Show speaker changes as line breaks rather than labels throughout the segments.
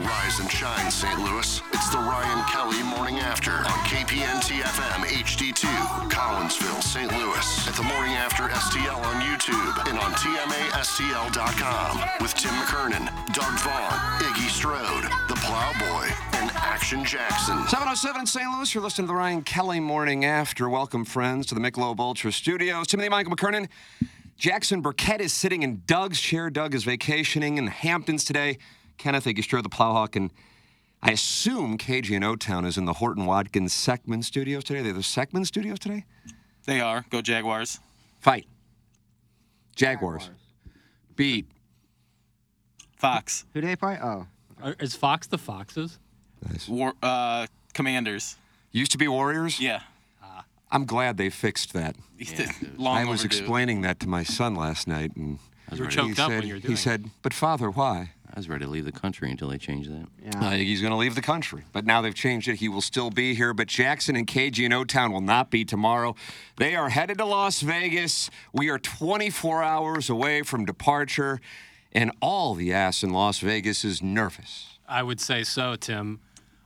Rise and shine, St. Louis. It's the Ryan Kelly Morning After on KPNT FM HD2, Collinsville, St. Louis. At the Morning After STL on YouTube and on TMASTL.com with Tim McKernan, Doug Vaughn, Iggy Strode, The Plowboy, and Action Jackson.
707 in St. Louis, you're listening to the Ryan Kelly Morning After. Welcome, friends, to the Michelob Ultra Studios. Timothy Michael McKernan. Jackson Burkett is sitting in Doug's chair. Doug is vacationing in the Hamptons today. Kenneth Agistra, the Plowhawk, and I assume KG and O-Town is in the Horton Watkins Seckman Studios today. They're the Seckman Studios today?
They are. Go Jaguars.
Fight. Jaguars. Beat.
Fox.
Who they fight? Oh,
Are, is Fox the Foxes?
War, uh, commanders.
Used to be Warriors?
Yeah.
I'm glad they fixed that.
Long
I was
overdue.
explaining that to my son last night, and
You were
he
choked up when
said-
you were
He
doing
said, but father, why?
I was ready to leave the country until they changed that.
Uh, he's going to leave the country. But now they've changed it. He will still be here. But Jackson and KG and O Town will not be tomorrow. They are headed to Las Vegas. We are 24 hours away from departure. And all the ass in Las Vegas is nervous.
I would say so, Tim.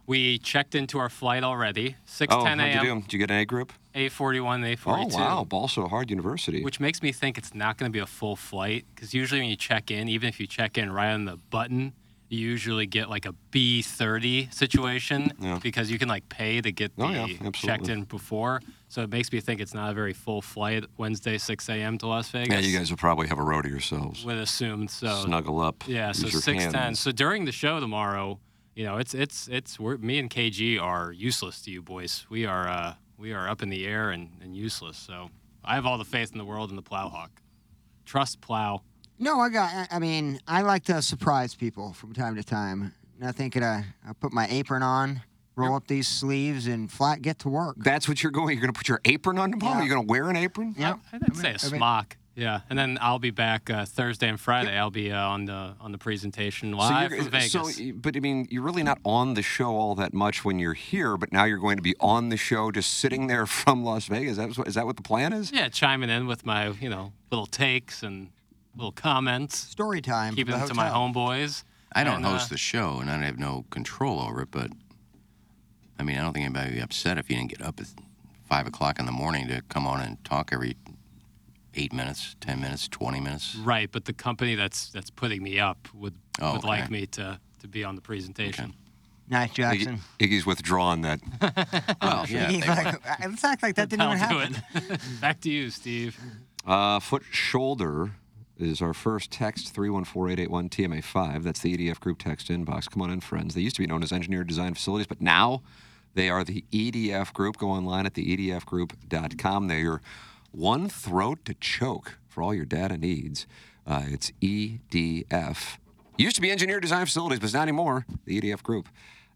We checked into our flight already.
Oh,
6:10
how'd you do?
a.m.
Did you get an A group?
A41, A42.
Oh, wow. Ball so hard university.
Which makes me think it's not going to be a full flight because usually when you check in, even if you check in right on the button, you usually get like a B30 situation because you can like pay to get the
Oh, yeah,
checked
absolutely.
in before. So it makes me think it's not a very full flight Wednesday 6 a.m. to Las Vegas.
yeah, you guys will probably have a row to yourselves.
would assume so.
Snuggle up.
Yeah, so
Use your
six ten.
hands.
So during the show tomorrow, you know, it's it's it's we're, me and KG are useless to you boys. We are uh, we are up in the air and, and useless. So I have all the faith in the world in the Plowhawk. Trust Plow.
no, I got. I- I mean, I like to surprise people from time to time. And I think that I, I put my apron on, roll up these sleeves, and flat get to work.
That's what you're going. You're going to put your apron on tomorrow?
Yeah.
You're going to wear an apron?
Yep.
I'd say a smock. Yeah, and then I'll be back uh, Thursday and Friday. I'll be uh, on the on the presentation live
you're-
from Vegas.
so, y- but I mean, you're really not on the show all that much when you're here. But now you're going to be on the show, just sitting there from Las Vegas. That's what, is that what the plan is?
yeah, chiming in with my you know little takes and little comments,
Story time.
keeping
from
them
the
to my
hotel.
homeboys.
I don't
And, uh,
host the show, and I have no control over it. But I mean, I don't think anybody would be upset if you didn't get up at five o'clock in the morning to come on and talk every eight minutes, ten minutes, twenty minutes.
Right, but the company that's that's putting me up would
Oh,
would like
okay.
me to to be on the
Mm.
presentation.
Nice, Jackson.
Iggy, Iggy's withdrawn that.
Well, Oh, yeah.
He's
they-
like, let's act like that didn't even
I'll do
happen.
it. Back to you, Steve.
Uh, foot shoulder is our first text 314881 TMA5. That's the EDF group text inbox. Come on in, friends. They used to be known as Engineer Design Facilities, but now they are the EDF Group. Go online at the E edfgroup.com. They are one throat to choke for all your data needs. Uh, it's EDF. Used to be Engineer Design Facilities, but it's not anymore. The EDF Group.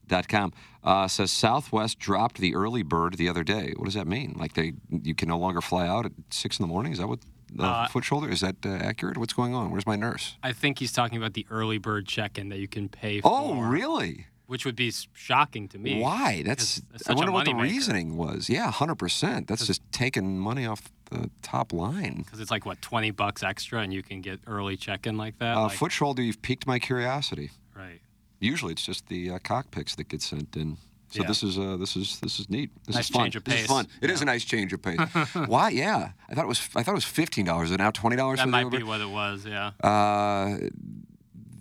Dot com uh, says Southwest dropped the early bird the other day. What does that mean? Like they, you can no longer fly out at six in the morning? Is that what the foot shoulder? Is that uh, accurate? What's going on? Where's my nurse?
I think he's talking about the early bird check-in that you can pay for.
Oh, really?
Which would be s- shocking to me.
Why? That's,
Because it's
I
such a
wonder what the
moneymaker.
reasoning was. Yeah, hundred percent. That's just taking money off the top line.
Because it's like what twenty bucks extra, and you can get early check-in like that.
Uh,
like-
foot shoulder, you've piqued my curiosity.
Right.
Usually, it's just the uh, cockpits that get sent in. So
Yeah.
this is uh, this is this is neat. This
Nice
is fun.
change of
This is
pace.
fun. It is a nice change of pace. Why? Yeah, I thought it was I thought it was fifteen dollars, and now twenty dollars.
That might be what it was. Yeah.
uh,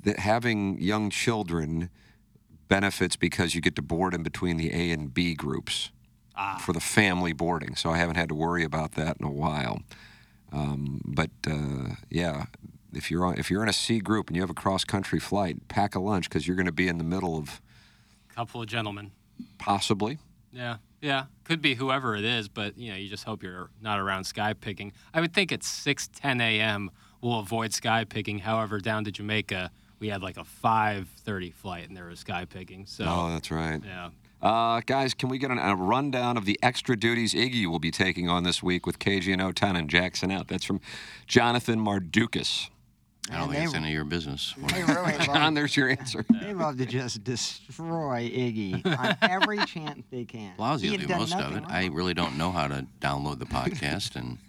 that having young children benefits because you get to board in between the A and B groups
Ah.
for the family boarding. So I haven't had to worry about that in a while. Um, but uh, yeah, if you're on, if you're in a C group and you have a cross country flight, pack a lunch because you're going to be in the middle of
Couple of gentlemen.
possibly.
Yeah, yeah. Could be whoever it is, but you know, you just hope you're not around sky picking. I would think at 6, 10 a.m. we'll avoid sky picking. However, down to Jamaica, we had like a 5:30 flight, and there was sky picking. So
Oh, that's right.
yeah,
Uh, guys, can we get an, a rundown of the extra duties Iggy will be taking on this week with KG and O10 and Jackson out? That's from Jonathan Mardukas.
I don't
And
think
they-
it's any of your business.
They really
John,
love,
there's your answer.
they love to just destroy Iggy on every chance they can.
Lousy
He
will
had
do
done
most of
nothing
it.
wrong.
I really don't know how to download the podcast and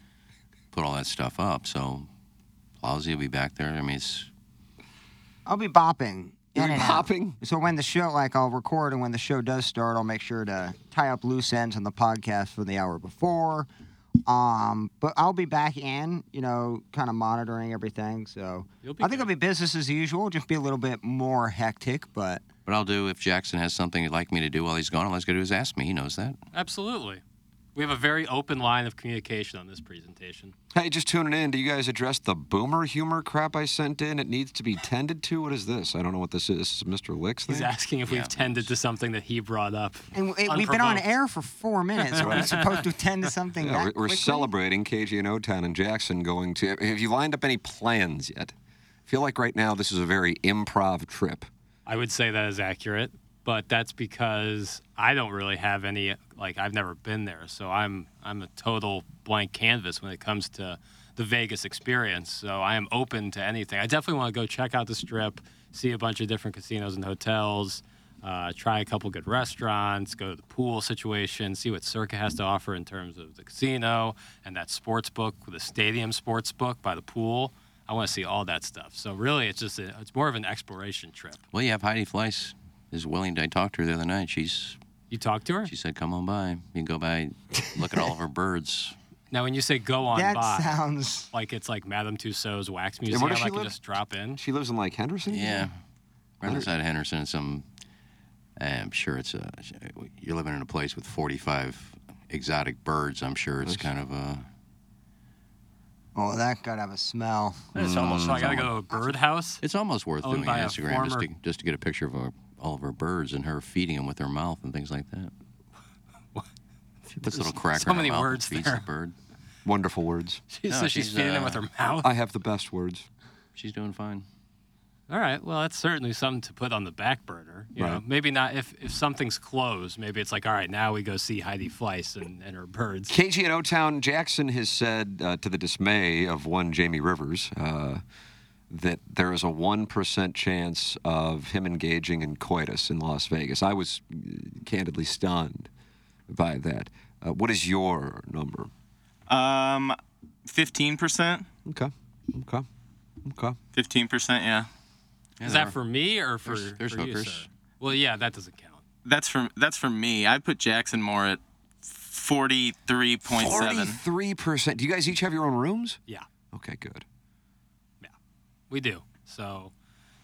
put all that stuff up. So Lousy will be back there. I mean, it's
I'll be bopping.
You'll
in
be
and out.
bopping?
So when the show, like, I'll record, and when the show does start, I'll make sure to tie up loose ends on the podcast for the hour before. Um, but I'll be back in, you know, kind of monitoring everything. So
You'll be
I think it'll
good.
be business as usual, just be a little bit more hectic. But
what I'll do if Jackson has something he'd like me to do while he's gone. All he's got to do is ask me. He knows that.
absolutely. We have a very open line of communication on this presentation.
Hey, just tuning in. Do you guys address the boomer humor crap I sent in? It needs to be tended to. What is this? I don't know what this is. This is Mr. Licks thing?
He's asking if we've tended to something that he brought up.
and w- we've been on
Unprovoked.
air for four minutes. Are we supposed to attend to something?
Yeah,
that
we're, we're
quickly?
celebrating KG and O-Town and Jackson going to. Have you lined up any plans yet? I feel like right now this is a very improv trip.
I would say that is accurate, but that's because I don't really have any like I've never been there, so I'm I'm a total blank canvas when it comes to the Vegas experience. So I am open to anything. I definitely want to go check out the strip, see a bunch of different casinos and hotels, uh, try a couple good restaurants, go to the pool situation, see what Circa has to offer in terms of the casino and that sports book, the stadium sports book by the pool. I want to see all that stuff. So really, it's just a, it's more of an exploration trip.
Well, you have Heidi Fleiss is willing. I talked to her the other night. She's
You talked to her?
she said, "Come on by. You can go by, look at all of her birds."
Now, when you say go on
That
by,
sounds.
like it's like Madame Tussauds Wax
does
Museum,
she
I can
live?
just drop in.
She lives in like Henderson.
Yeah, right outside of Henderson. It's Some, I'm sure it's a. You're living in a place with 45 exotic birds. I'm sure it's kind of a.
Oh, that gotta have a smell.
It's almost so I gotta go to a birdhouse.
It's almost worth
Owned
doing
by
an
a
Instagram just to,
former-
just to get a picture of our, all of her birds and her feeding them with her mouth and things like that. She puts a little cracker
so
in her
many
mouth and
words
feeds
there.
the bird.
Wonderful words.
She
No,
says she's,
she's,
feeding them with
uh,
her mouth.
I have the best words.
She's doing fine.
All right, well, that's certainly something to put on the back burner. You know,
Right.
maybe not if, if something's closed. Maybe it's like, all right, now we go see Heidi Fleiss and, and her birds.
KG and O Town Jackson has said, uh, to the dismay of one Jamie Rivers, uh, that there is a 1% chance of him engaging in coitus in Las Vegas. I was uh, candidly stunned by that. Uh, what is your number?
Um, fifteen percent.
Okay. Okay. Okay.
Fifteen percent. Yeah.
Is that for me or for,
There's- there's
for you,
hookers.
sir? Well, yeah, that doesn't count.
That's for that's for me. I put Jackson Moore at forty-three point seven.
43%. Do you guys each have your own rooms?
Yeah.
Okay, good.
We do. So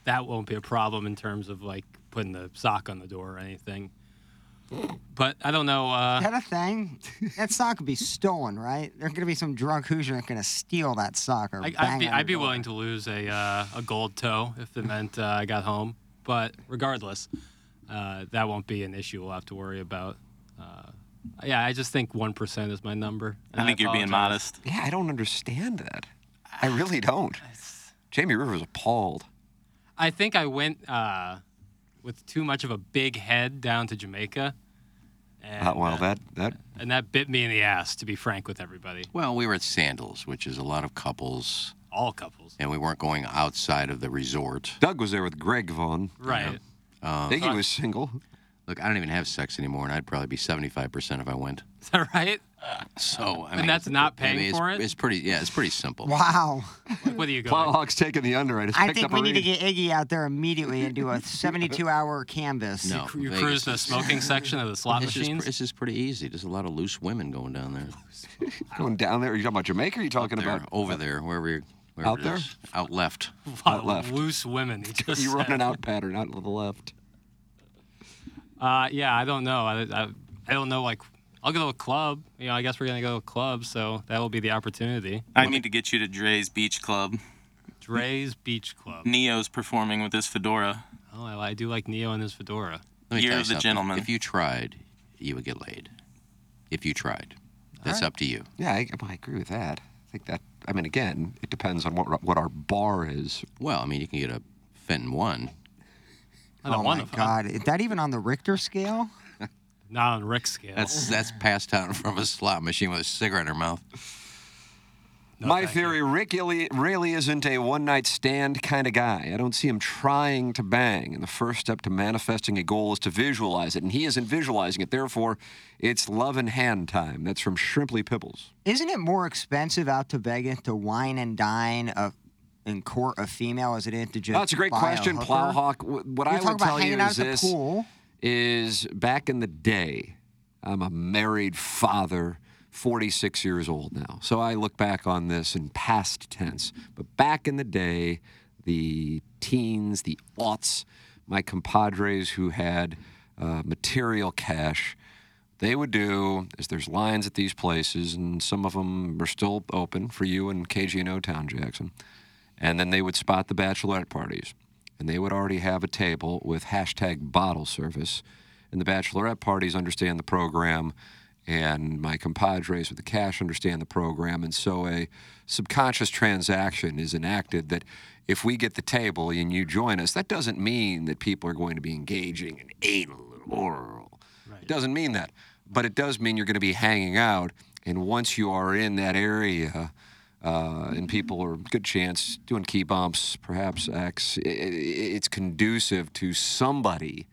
that won't be a problem in terms of like putting the sock on the door or anything. But I don't know.
Is
Uh,
that a thing? That sock could be stolen, right? There's gonna be some drunk Hoosier that's gonna steal that sock or
I, I'd
bang
be,
on your
I'd be
door.
willing to lose a uh, a gold toe if it meant uh, I got home. But regardless, uh, that won't be an issue we'll have to worry about. Uh, yeah, I just think one percent is my number. and
I think you're being
apologize.
modest.
Yeah, I don't understand that. I really don't. Jamie Rivers appalled.
I think I went uh, with too much of a big head down to Jamaica. And,
Uh, well,
uh,
that that
and that bit me in the ass. To be frank with everybody,
Well, we were at Sandals, which is a lot of couples,
all couples.
and we weren't going outside of the resort.
Doug was there with Greg Vaughn.
Right.
Iggy was single.
Look, Uh, I don't even have sex anymore, and I'd probably be 75% if I went.
Is that right?
So, I mean,
that's not paying
I mean, it's,
for it?
It's pretty, yeah, it's pretty simple.
Wow.
Like, what are you going?
Plowhawk's taking the under. I just
I
picked
think
up
we
a
need to
read.
get Iggy out there immediately and do a 72 hour canvas.
No,
You
Vegas
cruise the
is-
smoking section of the slot
It's just,
machines.
it's just pretty easy. There's a lot of loose women going down there.
going down there. Are you talking about Jamaica? Or are you talking
There,
about
over there, wherever you're. Wherever
Out
it is. Out left.
Lot of
left.
Loose women. He just
you
said.
running out pattern out to the left?
Uh, yeah, I don't know. I, I, I don't know. Like, I'll go to a club. You know, I guess we're gonna go to a club, so that will be the opportunity.
I need to get you to Dre's Beach Club.
Dre's Beach Club.
Neo's performing with his fedora.
Oh, I, I do like Neo and his fedora.
Let me
Year
tell you
of the
something.
Gentleman.
If you tried, you would get laid. If you tried, that's up to you.
Yeah, I, I agree with that. I think that. I mean, again, it depends on what what our bar is.
Well, I mean, you can get a Fenton one.
I don't
oh
want
my
to.
God, is that even on the Richter scale?
Not on Rick's scale.
That's that's passed out from a slot machine with a cigarette in her mouth.
My theory, Rick really, really isn't a one night stand kind of guy. I don't see him trying to bang. And the first step to manifesting a goal is to visualize it. And he isn't visualizing it. Therefore, it's love and hand time. That's from Shrimply Pibbles.
Isn't it more expensive out to Vegas to wine and dine a, and court a female as it is to just?
That's a great
buy
question,
hooker?
Plowhawk. Wh- What
You're
I
talking
would
about
tell you
hanging out
is
at the
this
pool?
is back in the day, I'm a married father, 46 years old now. So I look back on this in past tense. But back in the day, the teens, the aughts, my compadres who had uh, material cash, they would do is there's lines at these places, and some of them are still open for you and KG and O Town Jackson. And then they would spot the bachelorette parties. And they would already have a table with hashtag bottle service. And the bachelorette parties understand the program, and my compadres with the cash understand the program. And so a subconscious transaction is enacted that if we get the table and you join us, that doesn't mean that people are going to be engaging in anal or oral. It doesn't mean that. But it does mean you're going to be hanging out. And once you are in that area, uh, and people are good chance doing key bumps, perhaps X. i- i- It's conducive to somebody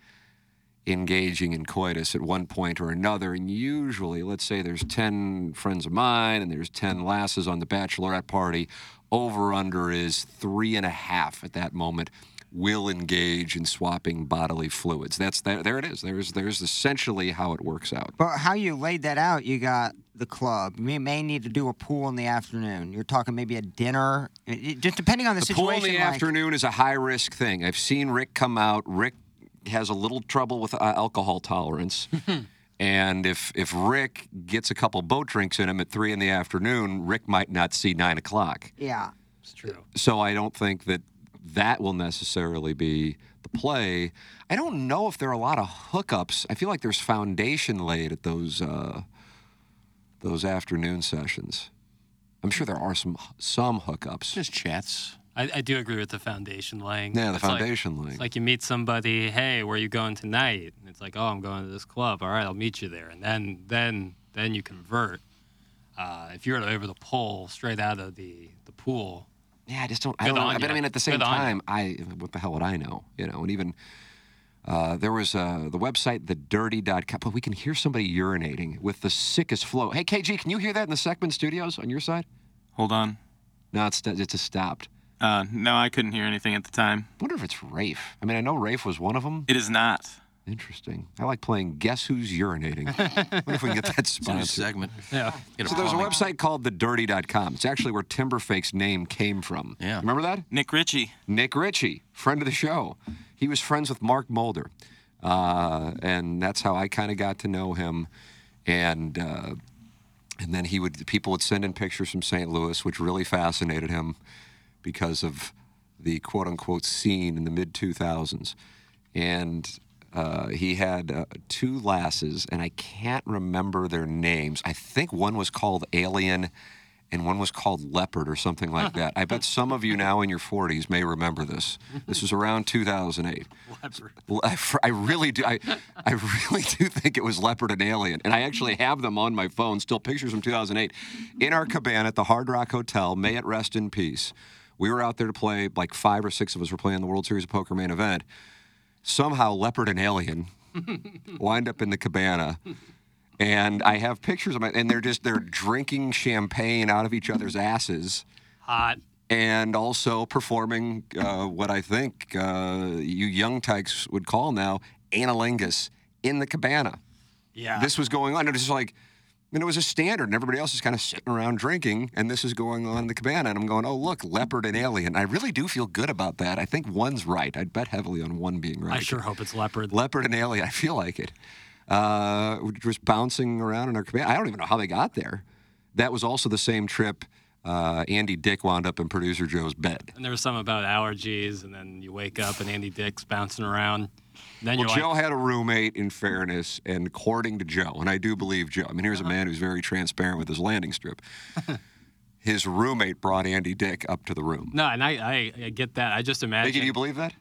engaging in coitus at one point or another. And usually, let's say there's 10 friends of mine and there's 10 lasses on the bachelorette party, over under is three and a half at that moment will engage in swapping bodily fluids. That's there, there it is. There's there's essentially how it works out.
But how you laid that out, you got the club. You may need to do a pool in the afternoon. You're talking maybe a dinner, It- it- just depending on the,
The pool
situation.
in the
like-
afternoon is a high risk thing. I've seen Rick come out. Rick has a little trouble with uh, alcohol tolerance. and if, if Rick gets a couple boat drinks in him at three in the afternoon, Rick might not see nine o'clock.
Yeah.
It's true.
So I don't think that that will necessarily be the play. I don't know if there are a lot of hookups. I feel like there's foundation laid at those uh, those afternoon sessions. I'm sure there are some some hookups.
Just chats.
I, I do agree with the foundation laying.
Yeah, the
It's like-
foundation laying.
It's like you meet somebody, hey, where you going tonight? And it's like, oh, I'm going to this club. All right, I'll meet you there. And then then then you convert. Uh, if you were to over the pole straight out of the, the pool,
Yeah, I just don't. I
Good
don't know.
on
But I
ya.
mean, at the same
Good on ya.
time, I what the hell would I know? You know, and even uh, there was uh, the website thedirty.com. But we can hear somebody urinating with the sickest flow. Hey, KG, can you hear that in the Seckman Studios on your side?
Hold on.
No, it's it's just stopped.
Uh, no, I couldn't hear anything at the time.
I wonder if it's Rafe. I mean, I know Rafe was one of them.
It is not.
Interesting. I like playing Guess Who's Urinating. wonder if we can get that
New
sponsored.
segment.
yeah,
Get a
So there's a
plumbing.
website called thedirty.com. It's actually where Timberfake's name came from.
Yeah.
Remember that?
Nick Ritchie.
Nick Ritchie, friend of the show. He was friends with Mark Mulder. Uh, and that's how I kind of got to know him. And uh, and then he would people would send in pictures from St. Louis, which really fascinated him because of the quote unquote scene in the mid 2000s. And uh, he had uh, two lasses, and I can't remember their names. I think one was called Alien and one was called Leopard or something like that. I bet some of you now in your 40s may remember this. This was around 2008. Well, I, fr- I really do. I, I really do think it was Leopard and Alien, and I actually have them on my phone. Still pictures from 2008, in our cabana at the Hard Rock Hotel. May it rest in peace. We were out there to play. Like five or six of us were playing the World Series of Poker main event. Somehow, Leopard and Alien wind up in the cabana. And I have pictures of my, and they're just they're drinking champagne out of each other's asses
hot.
and also performing uh, what I think uh, you young tykes would call now analingus in the cabana.
Yeah.
This was going on. And it's just like, mean, it was a standard, and everybody else is kind of sitting around drinking, and this is going on in the cabana, and I'm going, oh, look, leopard and alien. I really do feel good about that. I think one's right. I'd bet heavily on one being right.
I sure hope it's leopard.
Leopard and alien. I feel like it. Uh, which was bouncing around in our cabana. I don't even know how they got there. That was also the same trip uh, Andy Dick wound up in producer Joe's bed.
and there was something about allergies, and then you wake up and Andy Dick's bouncing around. And then
Well,
you're
Joe
like,
had a roommate, in fairness, and according to Joe, and I do believe Joe. I mean, here's a man who's very transparent with his landing strip. his roommate brought Andy Dick up to the room.
no, and I, I, I get that. I just imagine.
Biggie, do you believe that?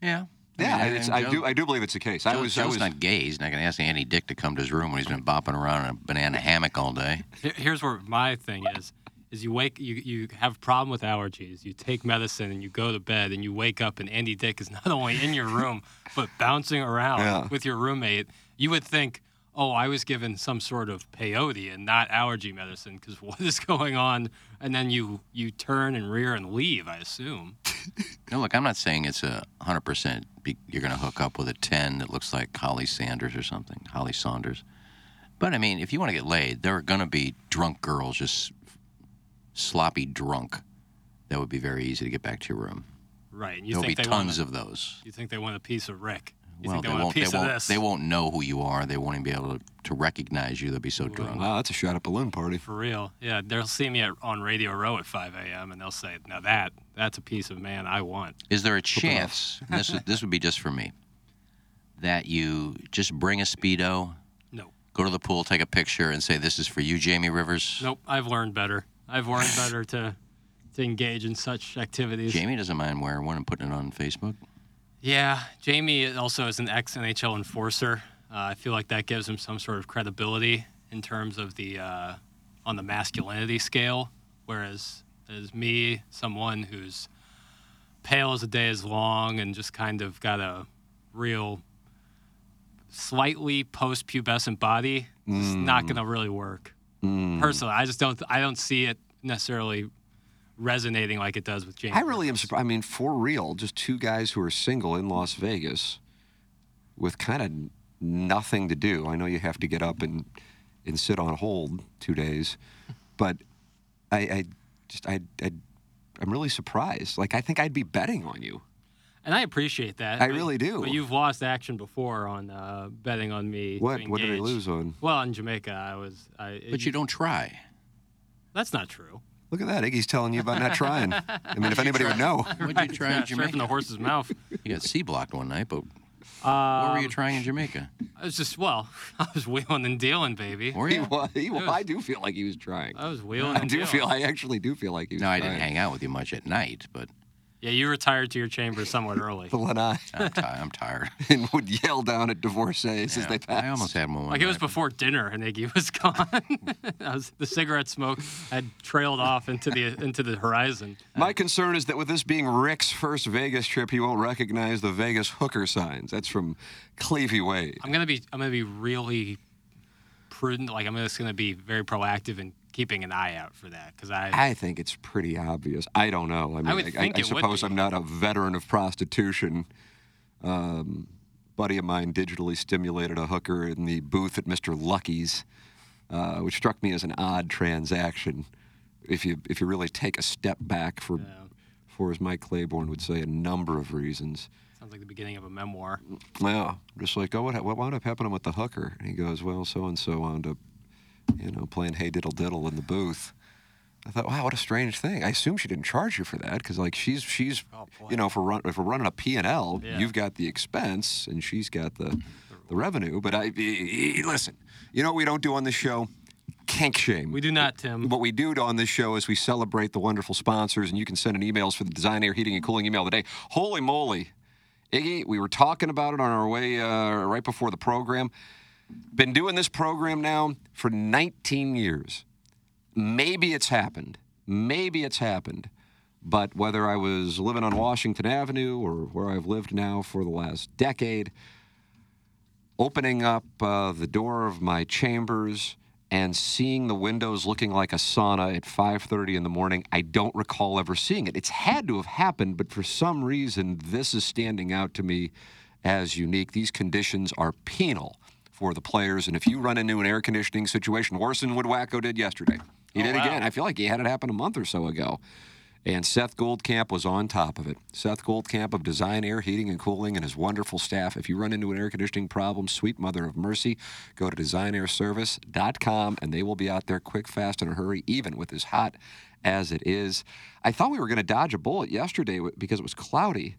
Yeah.
Yeah,
yeah,
it's,
and
I
Joe-
do. I do believe it's the case. I
Joe-
was. I
Joe's
was
not gay. He's not going to ask Andy Dick to come to his room when he's been bopping around in a banana hammock all day.
Here- Here's where my thing is: is you wake, you you have a problem with allergies, you take medicine, and you go to bed, and you wake up, and Andy Dick is not only in your room but bouncing around
Yeah.
with your roommate. You would think, oh, I was given some sort of peyote and not allergy medicine, because what is going on? And then you you turn and rear and leave. I assume.
No, look, I'm not saying it's a 100% be, you're going to hook up with a 10 that looks like Holly Sanders or something, Holly Saunders. But I mean, if you want to get laid, there are going to be drunk girls, just sloppy drunk. That would be very easy to get back to your room.
Right. And you
There'll be
think they want
tons of those.
You think they want a piece of Rick? You
well,
think they,
they,
want
won't.
a piece
they
of
won't.
this?
They won't know who you are. They won't even be able to, to recognize you. They'll be so drunk.
wow, that's a shot at balloon party.
For real. Yeah, they'll see me at, on Radio Row at 5 a.m. and they'll say, "Now that that's a piece of man I want."
Is there a chance? and this is- this would be just for me. That you just bring a speedo,
No.
go to the pool, take a picture, and say, "This is for you, Jamie Rivers."
Nope. I've learned better. I've learned better to to engage in such activities.
Jamie doesn't mind wearing one and putting it on Facebook.
Yeah, Jamie also is an ex NHL enforcer. Uh, I feel like that gives him some sort of credibility in terms of the uh, on the masculinity scale, whereas as me, someone who's pale as the day is long and just kind of got a real slightly post-pubescent body, it's not going to really work. Personally, I just don't I don't see it necessarily resonating like it does with Jamie.
I really am
Rivers.
surprised. I mean, for real, just two guys who are single in Las Vegas with kind of nothing to do. I know you have to get up and, and sit on hold two days, but I, I just, I, I, I'm really surprised. Like, I think I'd be betting on you.
And I appreciate that.
I
but-
really do.
But you've lost action before on uh, betting on me. to
What, what did I
engage.
lose on?
Well, in Jamaica, I was. I,
But you don't try.
That's not true.
Look at that. Iggy's telling you about not trying. I mean, if anybody would know.
What'd you try in
Yeah, straight
Jamaica?
from the horse's mouth.
You got C blocked one night, but what were
Um,
you trying in Jamaica?
I was just well. I was wheeling and dealing, baby.
Were
He
you?
was, he was, I do feel like he was trying.
I was wheeling.
I
and
do
dealing.
feel, I actually do feel like he was
Oh, No, I
trying.
didn't hang out with you much at night, but
Yeah, you retired to your chamber somewhat early.
The lanai
I'm, ti I'm tired.
and would yell down at divorcees as
Yeah,
they passed.
I almost had one. one
Like it was
night.
before dinner, and Iggy was gone. I was, the cigarette smoke had trailed off into the into the horizon.
My concern is that with this being Rick's first Vegas trip, he won't recognize the Vegas hooker signs. That's from Clevey Wade.
I'm gonna be I'm gonna be really prudent. Like I'm just gonna be very proactive in keeping an eye out for that because I,
I think it's pretty obvious. I don't know. I mean,
would
I,
think
I
it would
suppose
be.
I'm not a veteran of prostitution. Um, buddy of mine digitally stimulated a hooker in the booth at Mr. Lucky's, uh, which struck me as an odd transaction. If you if you really take a step back for for as Mike Claiborne would say, a number of reasons.
sounds like the beginning of a memoir.
Yeah, just like, oh, what, what wound up happening with the hooker? And he goes, well, so and so wound up, you know, playing Hey Diddle Diddle in the booth. I thought, wow, what a strange thing. I assume she didn't charge you for that because, like, she's she's, you know, for run, if we're running a P and L,
Oh, Yeah.
you've got the expense and she's got the the revenue. But I e- e- listen, you know, what we don't do on this show kink shame.
We do not, Tim.
What we do on this show is we celebrate the wonderful sponsors, and you can send in emails for the Design Air Heating and Cooling email today. Holy moly, Iggy, we were talking about it on our way uh, right before the program. Been doing this program now for 19 years. Maybe it's happened. Maybe it's happened. But whether I was living on Washington Avenue or where I've lived now for the last decade, opening up uh, the door of my chambers and seeing the windows looking like a sauna at 5:30 in the morning I don't recall ever seeing it it's had to have happened but for some reason this is standing out to me as unique these conditions are penal for the players. And if you run into an air conditioning situation, worse than what Wacko did yesterday, he did again. I feel like he had it happen a month or so ago. And Seth Goldcamp was on top of it. Seth Goldcamp of Design Air Heating and Cooling and his wonderful staff. If you run into an air conditioning problem, sweet mother of mercy, go to designairservice.com and they will be out there quick, fast, in a hurry, even with as hot as it is. I thought we were going to dodge a bullet yesterday w- because it was cloudy,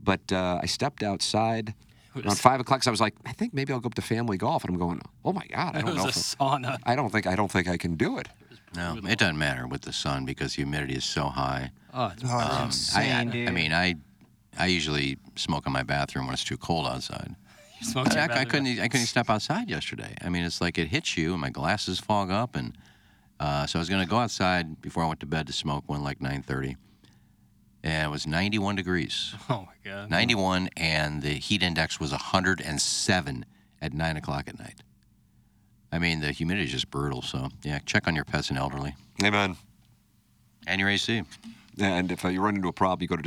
but uh, I stepped outside around five o'clock. 'cause I was like, I think maybe I'll go up to family golf, and I'm going, oh my god, I
It
don't
was
know.
a
if
sauna.
I don't think I don't think I can do it.
No, it doesn't matter with the sun because the humidity is so high.
Oh, it's
Oh, that's
Um, I,
insane,
I-
dude.
I mean, I I usually smoke in my bathroom when it's too cold outside.
you smoked
I,
your
I
bathroom.
couldn't. e, I couldn't step outside yesterday. I mean, it's like it hits you, and my glasses fog up, and uh, so I was going to go outside before I went to bed to smoke one, like 9:30, and it was 91 degrees,
Oh my god.
91, and the heat index was 107 at nine o'clock at night. I mean, the humidity is just brutal. So yeah, check on your pets and elderly
Amen.
and your AC.
And if uh, you run into a problem, you go to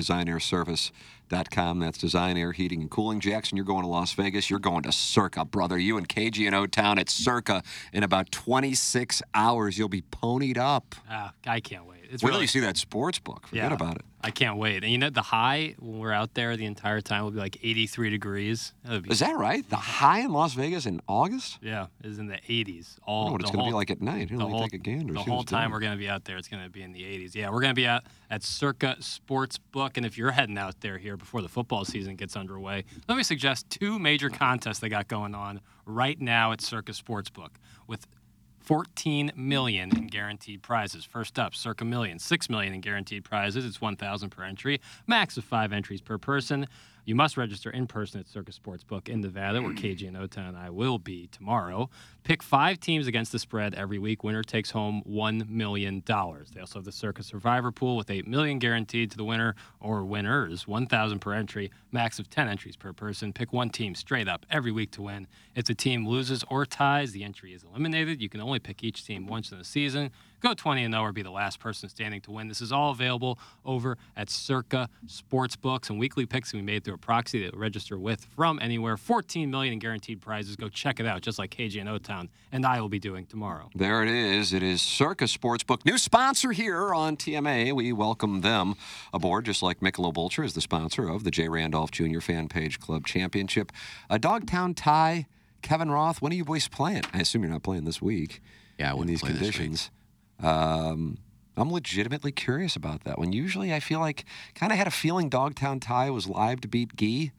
designairservice.com. That's Design Air Heating and Cooling. Jackson, you're going to Las Vegas. You're going to Circa, brother. You and KG in O Town at Circa in about 26 hours. You'll be ponied up.
Ah, I can't wait. It's
Wait till
really
you see that sports book. Forget about it.
I can't wait. And you know the high when we're out there the entire time will be like 83 degrees. That'll be
Is that right? The high in Las Vegas in August?
yeah, is in the 80s
I
all
don't know what it's
the
going to be
whole-
like at night. Here,
the
let me
whole,
take a gander.
the
see
whole
what's
time
doing.
we're going to be out there, it's going to be in the 80s. Yeah, we're going to be out at Circa Sports Book. And if you're heading out there here before the football season gets underway, let me suggest two major contests they got going on right now at Circa Sports Book with 14 million in guaranteed prizes. First up, Circa Million, 6 million in guaranteed prizes. It's 1,000 per entry, max of five entries per person. You must register in person at Circus Sportsbook in Nevada, where KG and O-Town and I will be tomorrow. Pick five teams against the spread every week. Winner takes home $1 million. They also have the Circus Survivor Pool with $8 million guaranteed to the winner or winners, 1000 per entry, max of 10 entries per person. Pick one team straight up every week to win. If the team loses or ties, the entry is eliminated. You can only pick each team once in a season. Go 20 and 0 or be the last person standing to win. This is all available over at Circa Sportsbooks and weekly picks we made through a proxy that register with from anywhere. 14 million in guaranteed prizes. Go check it out, just like KG and O Town and I will be doing tomorrow.
There it is. It is Circa Sportsbook, new sponsor here on TMA. We welcome them aboard, just like Michelob Ultra is the sponsor of the J. Randolph Jr. Fan Page Club Championship. A Dogtown tie. Kevin Roth, when are you boys playing? I assume you're not playing this week.
Yeah, I
in
wouldn't
these
play this week.
conditions. Um, I'm legitimately curious about that one. Usually, I feel like kind of had a feeling Dogtown tie was live to beat Gee.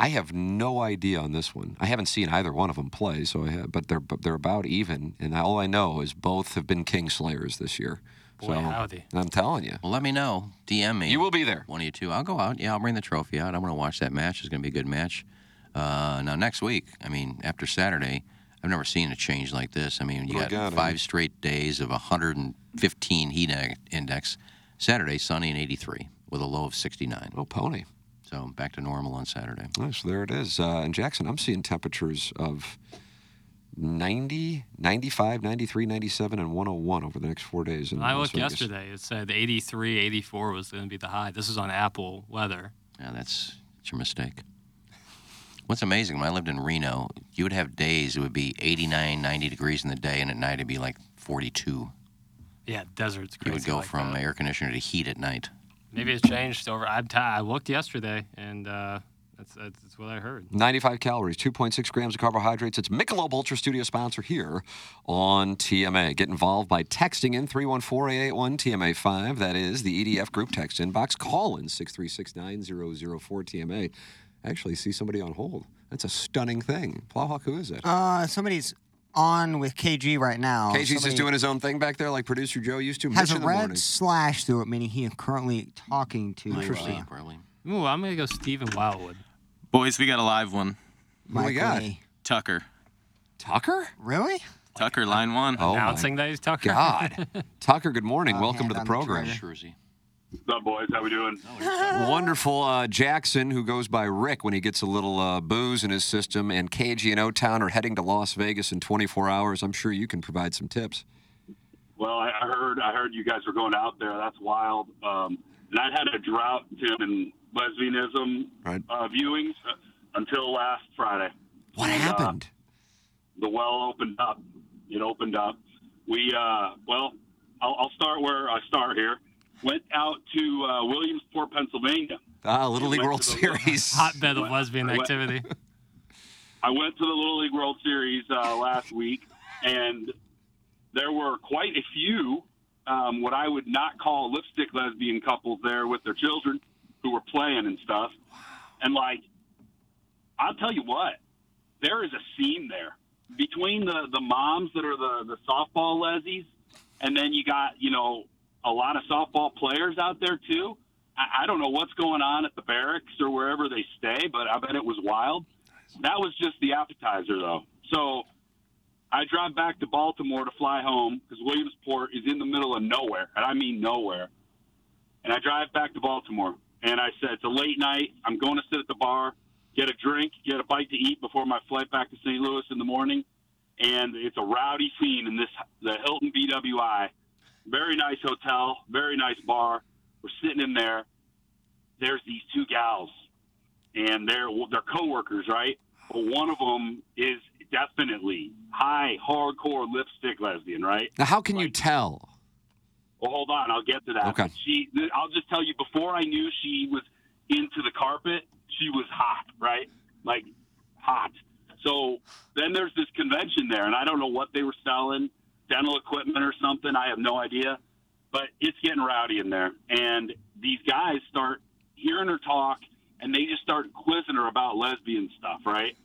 I have no idea on this one. I haven't seen either one of them play, so I have, but they're but they're about even, and all I know is both have been King Slayers this year.
Boy,
so
howdy.
I'm telling you,
Well, let me know. DM me.
you will be there.
One of you two. I'll go out. Yeah, I'll bring the trophy out. I'm going to watch that match. It's going to be a good match. Uh, now, next week, I mean, after Saturday, I've never seen a change like this. I mean, you
Oh,
got
God, I
five
mean-
straight days of 115 heat in- index. Saturday, sunny and 83 with a low of 69.
Oh, pony.
So back to normal on Saturday.
Nice. There it is. Uh, and Jackson, I'm seeing temperatures of 90, 95, 93, 97, and 101 over the next four days. In
I
Mm,
Las
looked
Vegas.
yesterday, it said 83, 84 was going to be the high. This is on Apple Weather.
Yeah, that's, that's your mistake. What's amazing, when I lived in Reno, you would have days it would be 89, 90 degrees in the day, and at night it'd be like 42.
Yeah, desert's
You
crazy.
would go
like
from
that.
air conditioner to heat at night.
Maybe it's changed over. I'm t- I looked yesterday, and uh, that's, that's that's what I heard.
95 calories, 2.6 grams of carbohydrates. It's Michelob Ultra Studio sponsor here on TMA. Get involved by texting in 314-881-TMA5. That is the EDF group text inbox. Call in 636-9004-TMA. Actually, see somebody on hold. That's a stunning thing. Plowhawk, who is it?
Uh, somebody's on with KG right now.
KG's
Somebody
just doing his own thing back there like producer Joe used to.
Has
Mitch
a
in the
red
morning.
slash through it, meaning he is currently talking to.
Interesting,
Uh,
probably.
Ooh, I'm gonna go Steven Wildwood.
Boys, we got a live one.
Oh my
Mike
God.
Lee.
Tucker.
Tucker?
Really?
Tucker, line one.
Oh, my
Announcing that he's Tucker.
God. Tucker, good morning.
Uh,
Welcome
hand
to the
on the
program.
trigger.
Jersey.
What's up, boys? How we doing?
Wonderful uh, Jackson, who goes by Rick when he gets a little uh, booze in his system, and KG and O Town are heading to Las Vegas in 24 hours. I'm sure you can provide some tips.
Well, I I heard I heard you guys were going out there. That's wild. Um, and I had a drought to in lesbianism
Right.
uh, viewings uh, until last Friday.
What happened?
the well opened up. It opened up. We, uh, well, I'll, I'll start where I start here. Went out to uh, Williamsport, Pennsylvania.
Ah, Little League
went
World
to the-
Series.
Hotbed of lesbian
What?
activity.
I went to the Little League World Series uh, last week, and there were quite a few um, what I would not call lipstick lesbian couples there with their children who were playing and stuff. And like, I'll tell you what, there is a scene there between the the moms that are the the softball lessies, and then you got you know a lot of softball players out there too. I, I don't know what's going on at the barracks or wherever they stay, but I bet it was wild. That was just the appetizer, though. So I drive back to Baltimore to fly home because Williamsport is in the middle of nowhere, and I mean nowhere. And I drive back to Baltimore, and I said, It's a late night. I'm going to sit at the bar, get a drink, get a bite to eat before my flight back to St. Louis in the morning. And it's a rowdy scene in this the Hilton BWI. Very nice hotel, very nice bar. We're sitting in there. There's these two gals and they're they're coworkers, right? But one of them is definitely high hardcore lipstick lesbian, right?
Now, how can you tell?
Well, hold on, I'll get to that.
Okay.
But She, th- I'll just tell you, before I knew she was into the carpet, she was hot, right? Like hot. So then there's this convention there, and I don't know what they were selling, dental equipment or something. I have no idea, but it's getting rowdy in there, and these guys start hearing her talk, and they just start quizzing her about lesbian stuff, right?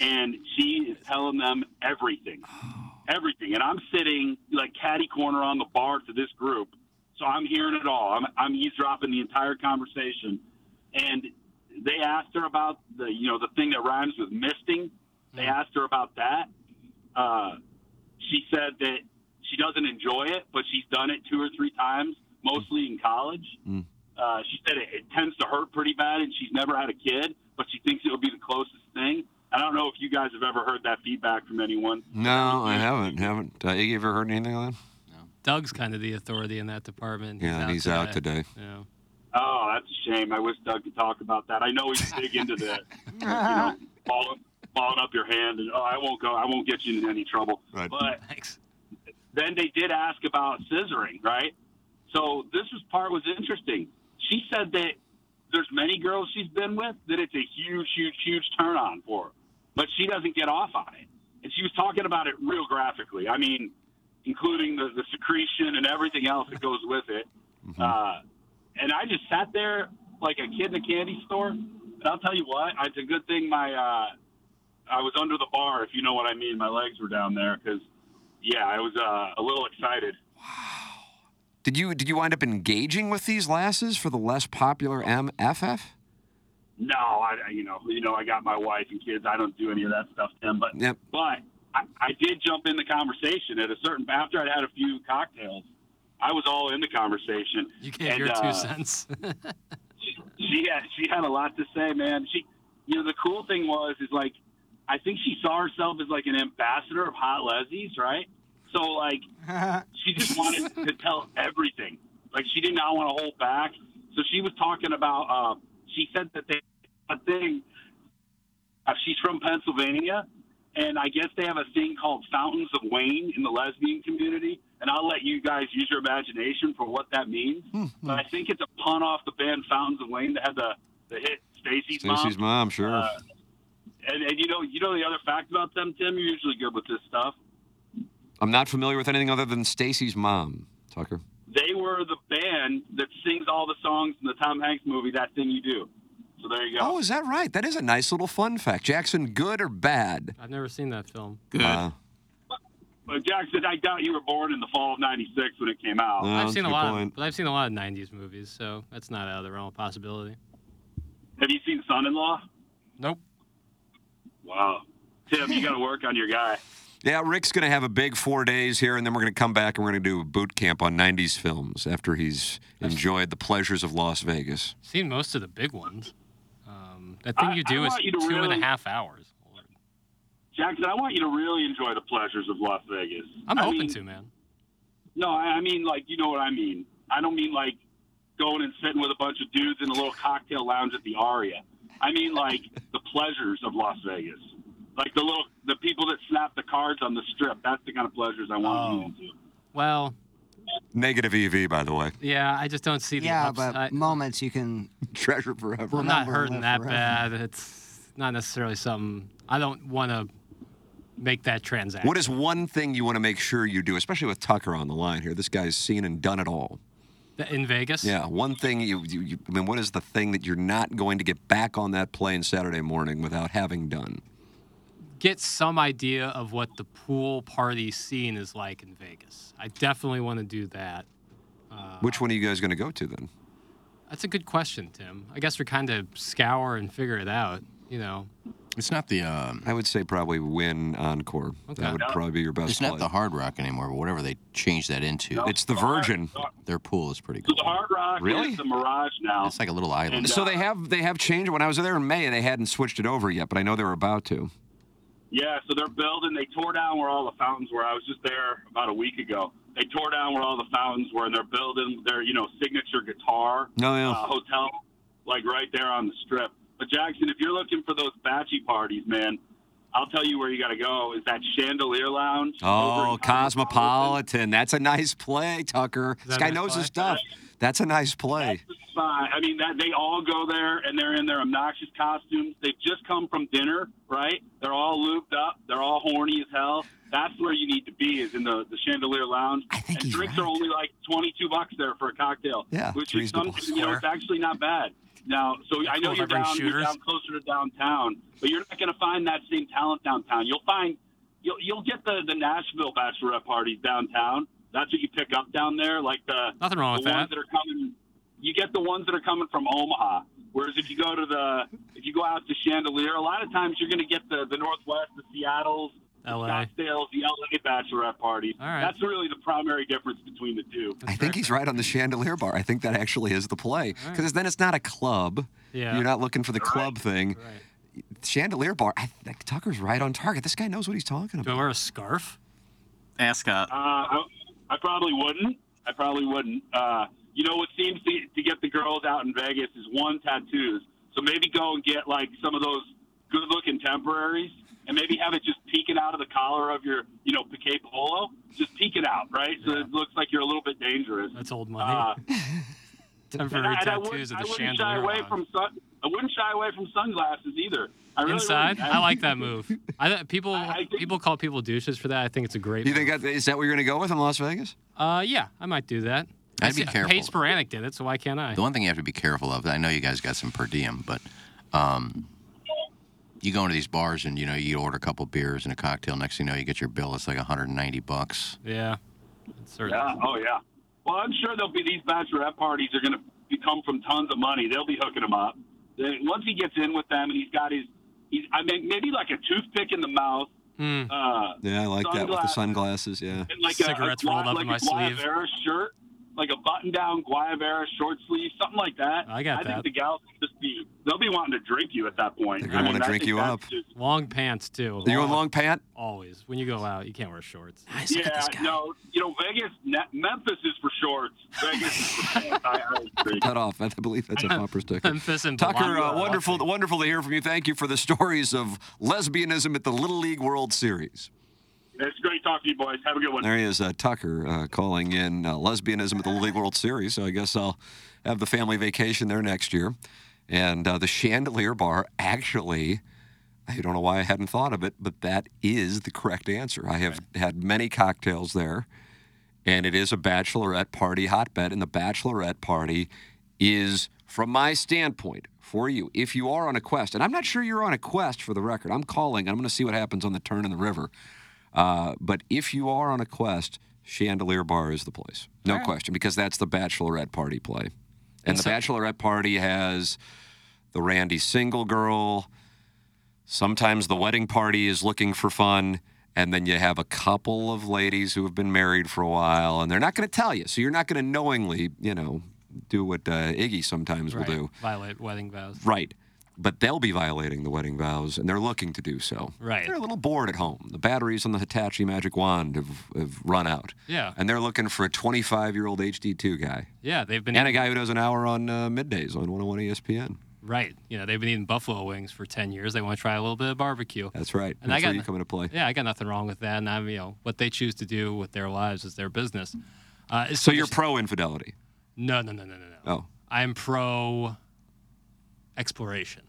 And she is telling them everything everything. And I'm sitting like catty corner on the bar to this group. So I'm hearing it all. I'm, I'm eavesdropping the entire conversation. And they asked her about the, you know, the thing that rhymes with misting. They asked her about that. Uh, she said that she doesn't enjoy it, but she's done it two or three times, mostly in college.
Mm.
Uh, she said it, it tends to hurt pretty bad, and she's never had a kid, but she thinks it would be the closest thing. I don't know if you guys have ever heard that feedback from anyone.
No, I haven't. Haven't. Uh, you ever heard anything on
Doug's kind of the authority in that department.
that? Yeah, he's out today.
Yeah.
Oh, that's a shame. I wish Doug could talk about that. I know he's big into the you know, balling, balling up your hand, and oh, I won't go. I won't get you in any trouble.
Right.
But
Thanks.
then they did ask about scissoring, right? So this was part was interesting. She said that there's many girls she's been with that it's a huge, huge, huge turn on for her, but she doesn't get off on it. And she was talking about it real graphically. I mean, including the, the secretion and everything else that goes with it. Uh, and I just sat there like a kid in a candy store. And I'll tell you what, it's a good thing my uh, I was under the bar, if you know what I mean. My legs were down there because, yeah, I was uh, a little excited.
Did you did you wind up engaging with these lasses for the less popular MFF?
No, I I- you know you know I got my wife and kids. I don't do any of that stuff, Tim. But
Yep.
but I, I did jump in the conversation at a certain after I'd had a few cocktails. I was all in the conversation.
You gave
And,
your
uh,
two cents.
she had she had a lot to say, man. She, you know, the cool thing was is like, I think she saw herself as like an ambassador of hot lessies, right? So like, she just wanted to tell everything. Like she did not want to hold back. So she was talking about. Uh, she said that they a thing. Uh, she's from Pennsylvania, and I guess they have a thing called Fountains of Wayne in the lesbian community. And I'll let you guys use your imagination for what that means.
Hmm,
But I think it's a pun off the band Fountains of Wayne that had the, the hit Stacy's Mom.
Stacy's mom, sure.
Uh, and, and you know, you know the other fact about them, Tim. You're usually good with this stuff.
I'm not familiar with anything other than Stacy's mom, Tucker.
they were the band that sings all the songs in the Tom Hanks movie That Thing You Do. So there you go.
Oh, is that right? That is a nice little fun fact. Jackson, good or bad?
I've never seen that film.
Good.
Uh,
but Jackson, I doubt you were born in the fall of '96 when it came out.
uh,
I've seen a
good
lot,
point.
of, but I've seen a lot of '90s movies, so that's not out of the realm of possibility.
Have you seen Son-in-Law?
Nope.
Wow, Tim, you got to work on your guy.
Yeah, Rick's going to have a big four days here, and then we're going to come back and we're going to do a boot camp on 90s films after he's enjoyed the pleasures of Las Vegas.
Seen most of the big ones. Um, that thing
I-
you
I
do is
want you
two
to
and a half
really-
hours. Lord.
Jackson, I want you to really enjoy the pleasures of Las Vegas.
I'm
I
open
mean,
to man.
No, I I mean like you know what I mean. I don't mean like going and sitting with a bunch of dudes in a little cocktail lounge at the Aria. I mean like the pleasures of Las Vegas. Like the little the people that snap the cards on the strip. That's the kind of pleasures I
Oh.
want. to do.
Well,
Negative EV, by the way.
yeah, I just don't see the
Yeah,
upside.
but moments you can.
Treasure forever.
I'm not
remember and
hurting
live
that
forever.
bad. It's not necessarily something I don't want to make that transaction.
What is one thing you want to make sure you do, especially with Tucker on the line here? This guy's seen and done it all.
Th- in Vegas?
Yeah, one thing you, you, you I mean, what is the thing that you're not going to get back on that plane Saturday morning without having done?
Get some idea of what the pool party scene is like in Vegas. I definitely want to do that. Uh,
Which one are you guys going to go to then?
That's a good question, Tim. I guess we're kind of scour and figure it out. You know,
It's not the um,
I would say probably win encore.
Okay.
That would probably be your best.
it's not
play.
the Hard Rock anymore, but whatever they changed that into,
It's the Virgin.
their pool is pretty
So
cool.
the Hard Rock
Really?
is the Mirage now.
It's like a little island.
And,
So
uh,
they have they have changed. When I was there in May, they hadn't switched it over yet, but I know they were about to.
Yeah, so they're building. They tore down where all the fountains were. I was just there about a week ago. They tore down where all the fountains were, and they're building their you know signature guitar
No, yeah.
uh,
Oh.
hotel, like right there on the strip. But Jackson, if you're looking for those batchy parties, man, I'll tell you where you got to go. Is that Chandelier Lounge? over
Oh,
in
Cosmopolitan. That's a nice play, Tucker.
that
This
a
guy
nice
knows his
play?
stuff. That's a nice play.
fine. I mean, that they all go there and they're in their obnoxious costumes. They've just come from dinner, right? They're all looped up. They're all horny as hell. That's where you need to be is in the, the chandelier lounge.
I think
and
he's
drinks
right.
are only like twenty two bucks there for a cocktail.
Yeah,
which
it's
is
reasonable.
something you know, it's actually not bad. Now, so I know
cool if I
you're
bring
down, you're
shooters.
down closer to downtown, but you're not going to find that same talent downtown. You'll find you'll you'll get the the Nashville bachelorette parties downtown. That's what you pick up down there, like the
Nothing wrong with
the ones
that.
that are coming. You get the ones that are coming from Omaha. Whereas if you go to the if you go out to Chandelier, a lot of times you're going to get the the Northwest, the Seattle's, the
LA.
Scottsdale's, the LA bachelorette parties.
All right.
That's really the primary difference between the two.
I think he's right on the chandelier bar. I think that actually is the play because then it's not a club.
Yeah.
You're not looking for the club thing.
Right.
Chandelier bar. I think Tucker's right on target. This guy knows what he's talking
Do I
about.
wear a scarf?
Uh,
Ascot.
I, I probably wouldn't. I probably wouldn't. Uh, you know what seems to, to get the girls out in Vegas is one tattoos. So maybe go and get like some of those good-looking temporaries, and maybe have it just peeking out of the collar of your, you know, pique polo, just peeking out, right? So it looks like you're a little bit dangerous.
That's old money.
Uh, and
Temporary
I, and I
tattoos
wouldn't,
of
I
the
wouldn't shy
chandelier.
away
lounge.
from sun, I wouldn't shy away from sunglasses either. I really
Inside,
wouldn't.
I like that move. I th- people
I- I think-
people call people douches for that. I think it's a great.
You
move.
think that, is that what you're going to go with in Las Vegas?
Uh, yeah, I might do that. I
I'd be
see-
careful.
Paige Sporanic did it, so why can't I?
The one thing you have to be careful of, I know you guys got some per diem, but um, you go into these bars and you know you order a couple beers and a cocktail. Next thing you know, you get your bill. It's like 190 bucks.
Yeah, it's certainly.
Yeah. Oh, yeah. Well, I'm sure there'll be these bachelorette parties are going to come from tons of money. They'll be hooking him up. Then once he gets in with them, and he's got his, he's, I mean, maybe like a toothpick in the mouth.
Hmm.
Uh,
Yeah, I like that with the sunglasses. Yeah.
and like
Cigarettes
a, a,
rolled up
like
in my
a
sleeve.
Guayabera shirt, like a button-down Guayabera short sleeve, something like that.
I got
I
that.
think the gals will just be, they'll be wanting to drink you at that point.
They're gonna
I mean,
wanna
I
drink
think
you
that's
up.
just-
Long pants too.
Are you in long pant?
Always when you go out, you can't wear shorts.
yeah, no, you know, Vegas, Ne- Memphis is for shorts. Vegas is for pants. I, I agree.
Cut off. I believe that's a bumper sticker.
Memphis and
Tucker,
Belonging
uh,
are
wonderful,
lucky.
wonderful to hear from you. Thank you for the stories of lesbianism at the Little League World Series.
It's great talking to you boys. Have a good one.
There he is, uh, Tucker, uh, calling in uh, lesbianism at the Little League World Series. So I guess I'll have the family vacation there next year. And uh, the Chandelier Bar, actually, I don't know why I hadn't thought of it, but that is the correct answer. I have had many cocktails there, and it is a bachelorette party hotbed. And the bachelorette party is, from my standpoint, for you, if you are on a quest, and I'm not sure you're on a quest for the record, I'm calling, I'm going to see what happens on the turn in the river. Uh, but if you are on a quest, Chandelier Bar is the place. No question, because that's the bachelorette party play. And the bachelorette party has the Randy single girl. Sometimes the wedding party is looking for fun. And then you have a couple of ladies who have been married for a while, and they're not going to tell you. So you're not going to knowingly, you know, do what uh, Iggy sometimes
Right.
will do.
Violate wedding vows.
Right. But they'll be violating the wedding vows, and they're looking to do so.
Right.
They're a little bored at home. The batteries on the Hitachi Magic Wand have, have run out.
Yeah.
And they're looking for a 25 year old HD2 guy
Yeah, they've been.
and a guy who does an hour on uh, middays on 101 ESPN.
Right. You know, they've been eating buffalo wings for 10 years. They want to try a little bit of barbecue.
That's right.
And I
That's
got
where you
no-
come into play.
Yeah, I got nothing wrong with that. And I'm, you know, what they choose to do with their lives is their business. Uh, it's-
So you're pro infidelity.
No, no, no, no, no, no.
Oh,
I'm pro exploration.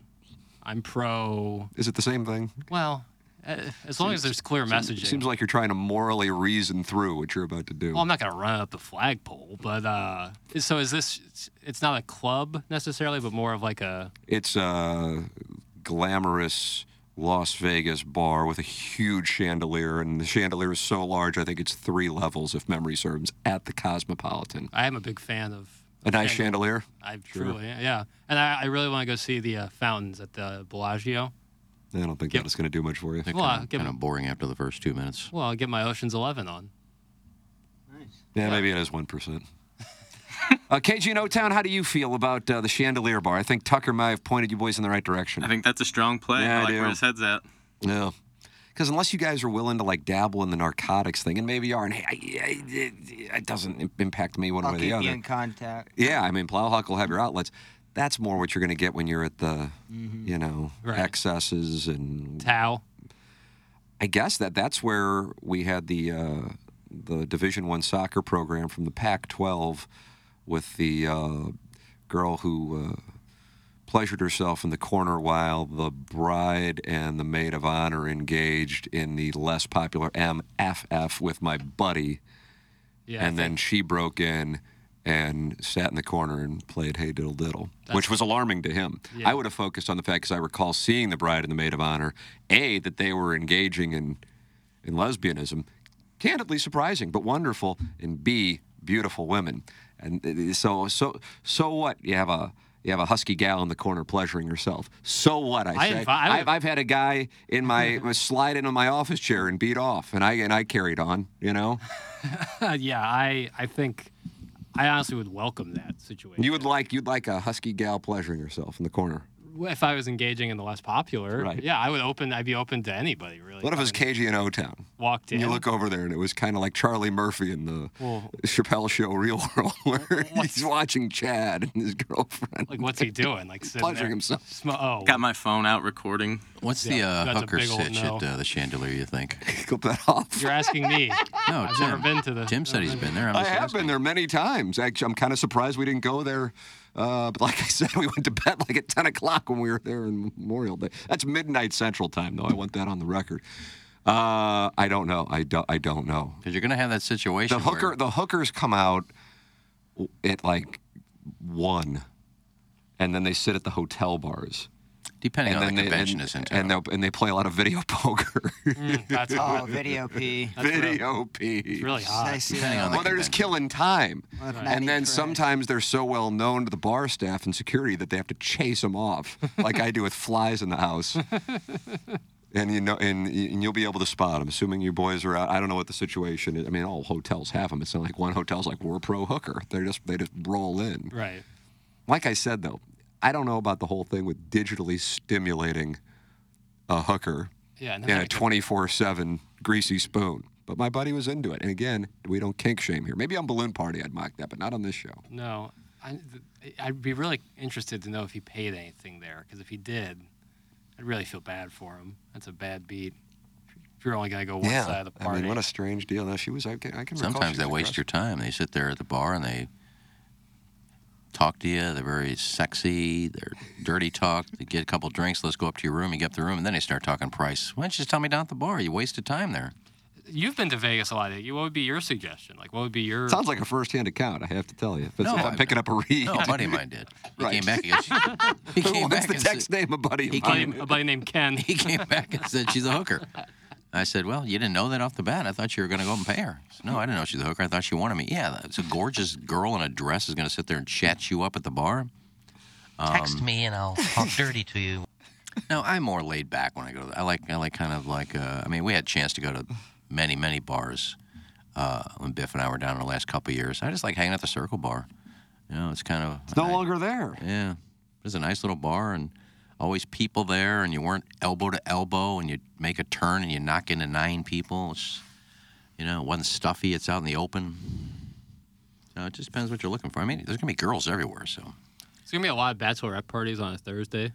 I'm pro.
is it the same thing?
Well, uh, as long as there's clear
Seems-
messaging.
Seems like you're trying to morally reason through what you're about to do.
Well, I'm not going to run up the flagpole, but uh, so is this? it's- It's not a club necessarily, but more of like a
It's a glamorous Las Vegas bar with a huge chandelier, and the chandelier is so large, I think it's three levels, if memory serves, at the Cosmopolitan.
I am a big fan of.
A nice chandelier.
I
Sure.
truly, yeah, and I, I really want to go see the uh, fountains at the Bellagio.
I don't think that is going to do much for you.
Well, I'll get,
Kind of boring after the first two minutes.
well, I'll get my Ocean's Eleven on.
Yeah, maybe it is 1%. Uh, KG No Town, how do you feel about uh, the chandelier bar? I think Tucker might have pointed you boys in the right direction.
I think that's a strong play.
Yeah, I
I like
do.
where his head's at.
Yeah. Because unless you guys are willing to like dabble in the narcotics thing, and maybe you are, and hey, I, I, I, it doesn't im- impact me one
I'll
way or
keep
the
you
other.
in contact.
Yeah, I mean, Plowhawk will have your outlets. That's more what you're going to get when you're at the,
Mm-hmm.
you know,
Right.
excesses and
Tao.
I guess that that's where we had the uh, the Division One soccer program from the Pac-12 with the uh, girl who uh, pleasured herself in the corner while the bride and the maid of honor engaged in the less popular MFF with my buddy,
Yeah, I
and then
think-
she broke in and sat in the corner and played Hey Diddle Diddle, which was alarming to him. I would have focused on the fact, because I recall seeing the bride and the maid of honor, A, that they were engaging in, in lesbianism, candidly surprising, but wonderful, and B, beautiful women. And it- it- so, so, so what? You have a you have a husky gal in the corner pleasuring herself. So what? I
I
say.
invi- I would-
I've, I've had a guy in my slide into my office chair and beat off, and I and I carried on. You know,
Uh, yeah, I, I think, I honestly would welcome that situation.
you would like you'd like a husky gal pleasuring herself in the corner.
if I was engaging in the less popular,
Right.
yeah, I would open. I'd be open to anybody really.
What if it was
Fucking
KG and O Town?
walked in?
And you look over there, and it was kind of like Charlie Murphy in the
Well-
Chappelle Show Real World, where he's watching Chad and his girlfriend.
like, what's he doing? Like sitting
Pleasuring
there,
himself.
sm- oh,
Got my phone out recording.
What's
Yeah,
the
that's
uh,
a
hooker
big old
sitch
no.
at uh, the chandelier? You think?
Clip that off.
you're asking me.
No,
I've
Tim.
never been to the-
Tim said he's been there. I'm
I
just
have
asking.
been there many times. Actually, I'm kind of surprised we didn't go there. Uh, but like I said, we went to bed like at 10 o'clock when we were there on Memorial Day. That's midnight Central Time, though. I want that on the record. Uh, I don't know. I don't. I don't know.
Because you're going to have that situation.
The hooker.
where-
The hookers come out at like one, and then they sit at the hotel bars.
depending
and
on the
then they-
convention
and,
is in
and
town.
they'll- and they play a lot of video poker,
That's
Oh, video P.
video P.
really hot.
I see
Depending
that.
on the
Well, they're just killing
convention.
time.
That's not
And then
even
sometimes they're so well known to the bar staff and security that they have to chase them off, like I do with flies in the house. And you know, and, y- and you'll be able to spot them, assuming you boys are out. I don't know what the situation is. I mean, all hotels have them. It's not like one hotel's like we're pro hooker. They're just they just roll in.
Right.
Like I said though, I don't know about the whole thing with digitally stimulating a hooker
Yeah. and
in a
like-
24/7 greasy spoon. But my buddy was into it. And again, we don't kink shame here. Maybe on Balloon Party I'd mock that, but not on this show.
No, I, th- I'd be really interested to know if he paid anything there, because if he did, I'd really feel bad for him. That's a bad beat. If you're only gonna go one side of the
I
party.
mean, what a strange deal. Now she was. I can. I can recall
Sometimes
she
they
was
waste your time. They sit there at the bar and they talk to you. They're very sexy. They're dirty talk. They get a couple drinks. Let's go up to your room. You get up to the room and then they start talking price. Why don't you just tell me down at the bar? You wasted time there.
You've been to Vegas a lot. You- What would be your suggestion? Like, what would be your?
aggressive. Sounds like a first-hand account. I have to tell you. But
No,
I'm
I-
picking up a read.
No, a buddy of mine did. He
Right.
came back. He, goes, he came
What's
back
the
and
text
said,
name of buddy of
He
buddy-
mine?
a buddy named Ken.
he came back and said she's a hooker. I said, well, you didn't know that off the bat. I thought you were going to go up and pay her. He said, no, I didn't know she's a hooker. I thought she wanted me. Yeah, it's a gorgeous girl in a dress is going to sit there and chat you up at the bar. Um,
Text me and I'll talk dirty to you.
No, I'm more laid back when I go. To I like I like kind of like. Uh, I mean, we had a chance to go to many many bars uh, when Biff and I were down in the last couple of years. I just like hanging at the Circle Bar. You know, it's kind of
It's no longer there.
yeah. It was a nice little bar and always people there, and you weren't elbow to elbow, and you make a turn and you knock into nine people. It's, you know, it wasn't stuffy. It's out in the open. So it just depends what you're looking for. I mean, there's gonna be girls everywhere, so.
So It's gonna be a lot of bachelorette parties on a Thursday.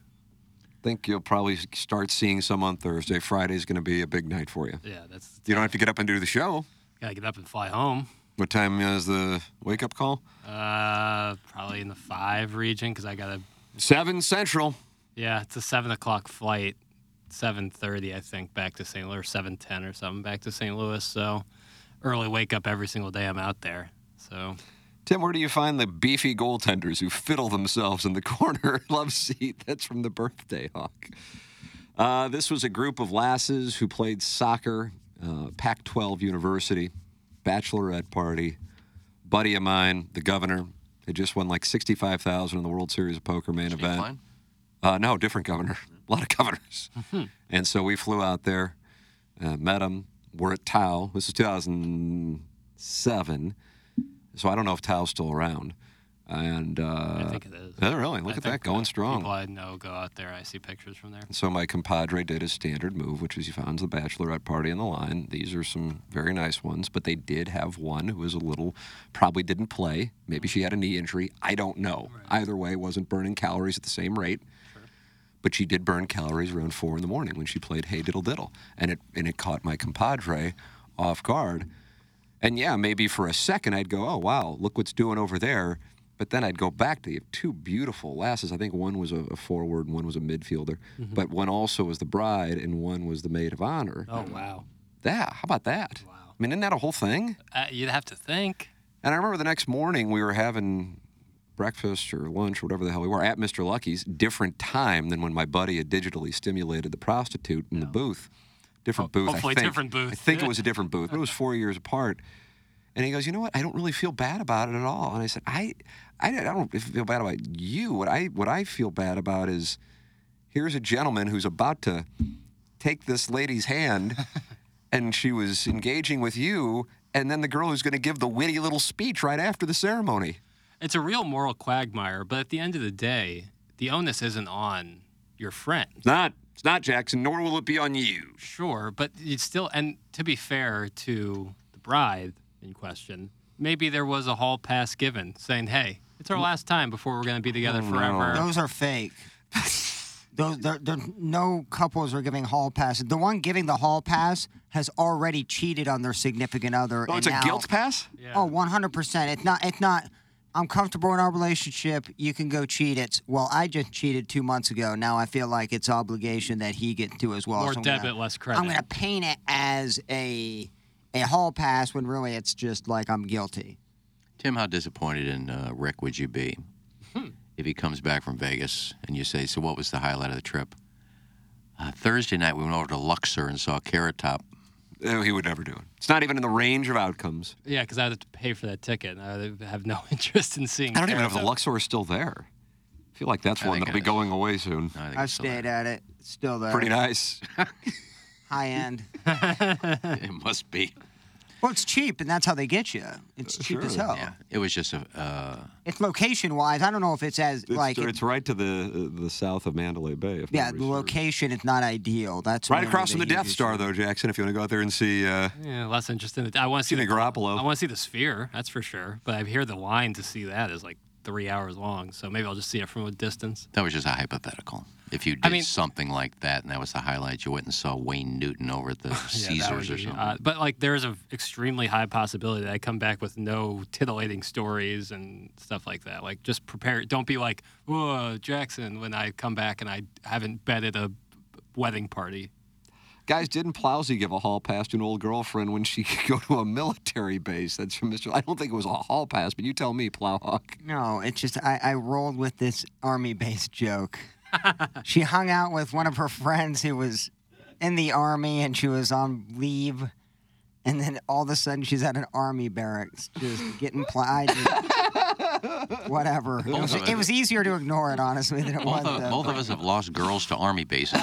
think you'll probably start seeing some on Thursday. Friday's going to be a big night for you.
Yeah, that's
You don't have to get up and do the show.
gotta get up and fly home.
What time is the wake up call?
Uh, probably in the five region because I gotta.
Seven Central.
Yeah, it's a seven o'clock flight. Seven thirty, I think, back to St. Louis, or seven ten or something, back to St. Louis. So early wake up every single day. I'm out there. So
Tim, where do you find the beefy goaltenders who fiddle themselves in the corner love seat? That's from the birthday hawk. Uh, this was a group of lasses who played soccer, uh, Pac 12 University, bachelorette party. Buddy of mine, the governor, had just won like 65000 in the World Series of Poker main event. Uh, no, different governor. A lot of governors. And so we flew out there, uh, met him. We're at Tao. This is 2007. So I don't know if Tao's still around. And uh, I think it is. really? Look
I
at that,
think uh,
going strong.
People I know go out there. I see pictures from there.
And so my compadre did his standard move, which is he found the bachelorette party in the line. These are some very nice ones, but they did have one who was a little, probably didn't play. Maybe she had a knee injury. I don't know. Either way, wasn't burning calories at the same rate. But she did burn calories around four in the morning when she played Hey Diddle Diddle, and it and it caught my compadre off guard. And yeah, maybe for a second I'd go, oh wow, look what's doing over there. But then I'd go back to the two beautiful lasses. I think one was a, a forward, and one was a midfielder,
Mhm.
but one also was the bride, and one was the maid of honor.
Oh wow.
Yeah, how about that? Wow. I mean, isn't that a whole thing?
Uh, you'd have to think.
And I remember the next morning we were having breakfast or lunch or whatever the hell we were at Mr. Lucky's, different time than when my buddy had digitally stimulated the prostitute in the booth. Different booth. I
Oh, hopefully
think.
different booth.
I think it was a different booth, but it was four years apart. And he goes, you know what? I don't really feel bad about it at all. And I said, I, I, I don't feel bad about you. What I, what I feel bad about is, here's a gentleman who's about to take this lady's hand, and she was engaging with you, and then the girl who's going to give the witty little speech right after the ceremony.
It's a real moral quagmire, but at the end of the day, the onus isn't on your friend.
It's not. It's not Jackson, nor will it be on you.
Sure, but it's still, and to be fair to the bride in question, maybe there was a hall pass given saying, hey, it's
Mm.
our last time before we're going to be together
Oh,
forever.
Those are fake. Those, there, there, no couples are giving hall passes. The one giving the hall pass has already cheated on their significant other.
Oh,
and
it's a
now-
guilt pass?
Oh, 100 percent. It's not. It's not. I'm comfortable in our relationship. You can go cheat. It's well, I just cheated two months ago. Now I feel like it's obligation that he get to as well.
More
So I'm gonna-
debit, less credit.
I'm gonna paint it as a a hall pass when really it's just like I'm guilty.
Tim, how disappointed in uh, Rick would you be
Hmm.
if he comes back from Vegas and you say, "So, what was the highlight of the trip?" Uh, Thursday night, we went over to Luxor and saw Carrot Top.
Oh, he would never do it. It's not even in the range of outcomes.
Yeah, because I would have to pay for that ticket, and I would have no interest in seeing
I don't even know if the
Arizona.
Luxor is still there. I feel like that's one that'll be going away soon.
I've stayed at it. It's Still there.
Pretty nice.
High end.
it must be.
Well, it's cheap, and that's how they get you.
Uh,
It's cheap as hell.
Yeah, it was just a. Uh,
It's location wise. I don't know if it's as
It's,
like
it's right to the the south of Mandalay Bay. If
yeah, the location is not ideal. That's
Right
really
across from the Death
huge-
Star, though, Jackson. If you want to go out there and see, uh,
Yeah, less interest in it. I want to see
See
the
Garoppolo.
I want to see the Sphere, that's for sure. But I hear the line to see that is like three hours long, so maybe I'll just see it from a distance.
that was just a hypothetical. If you did
I mean-
something like that, and that was the highlight, you went and saw Wayne Newton over at the
Yeah, that would
Caesars or
be uh,
something.
odd. but like, there's an extremely high possibility that I come back with no titillating stories and stuff like that. Like, just prepare. Don't be like, "Whoa, Jackson," when I come back and I haven't betted a wedding party.
guys, didn't Plowsy give a hall pass to an old girlfriend when she could go to a military base? That's from Mr. I don't think it was a hall pass, but you tell me, Plowhawk.
No, it's just I, I rolled with this army base joke. she hung out with one of her friends who was in the army and she was on leave. And then all of a sudden she's at an army barracks just getting plied. Whatever. It
Both
was,
of
it
us-
was easier to ignore it, honestly, than it was.
Both, of,
the-
both of us have lost girls to army bases.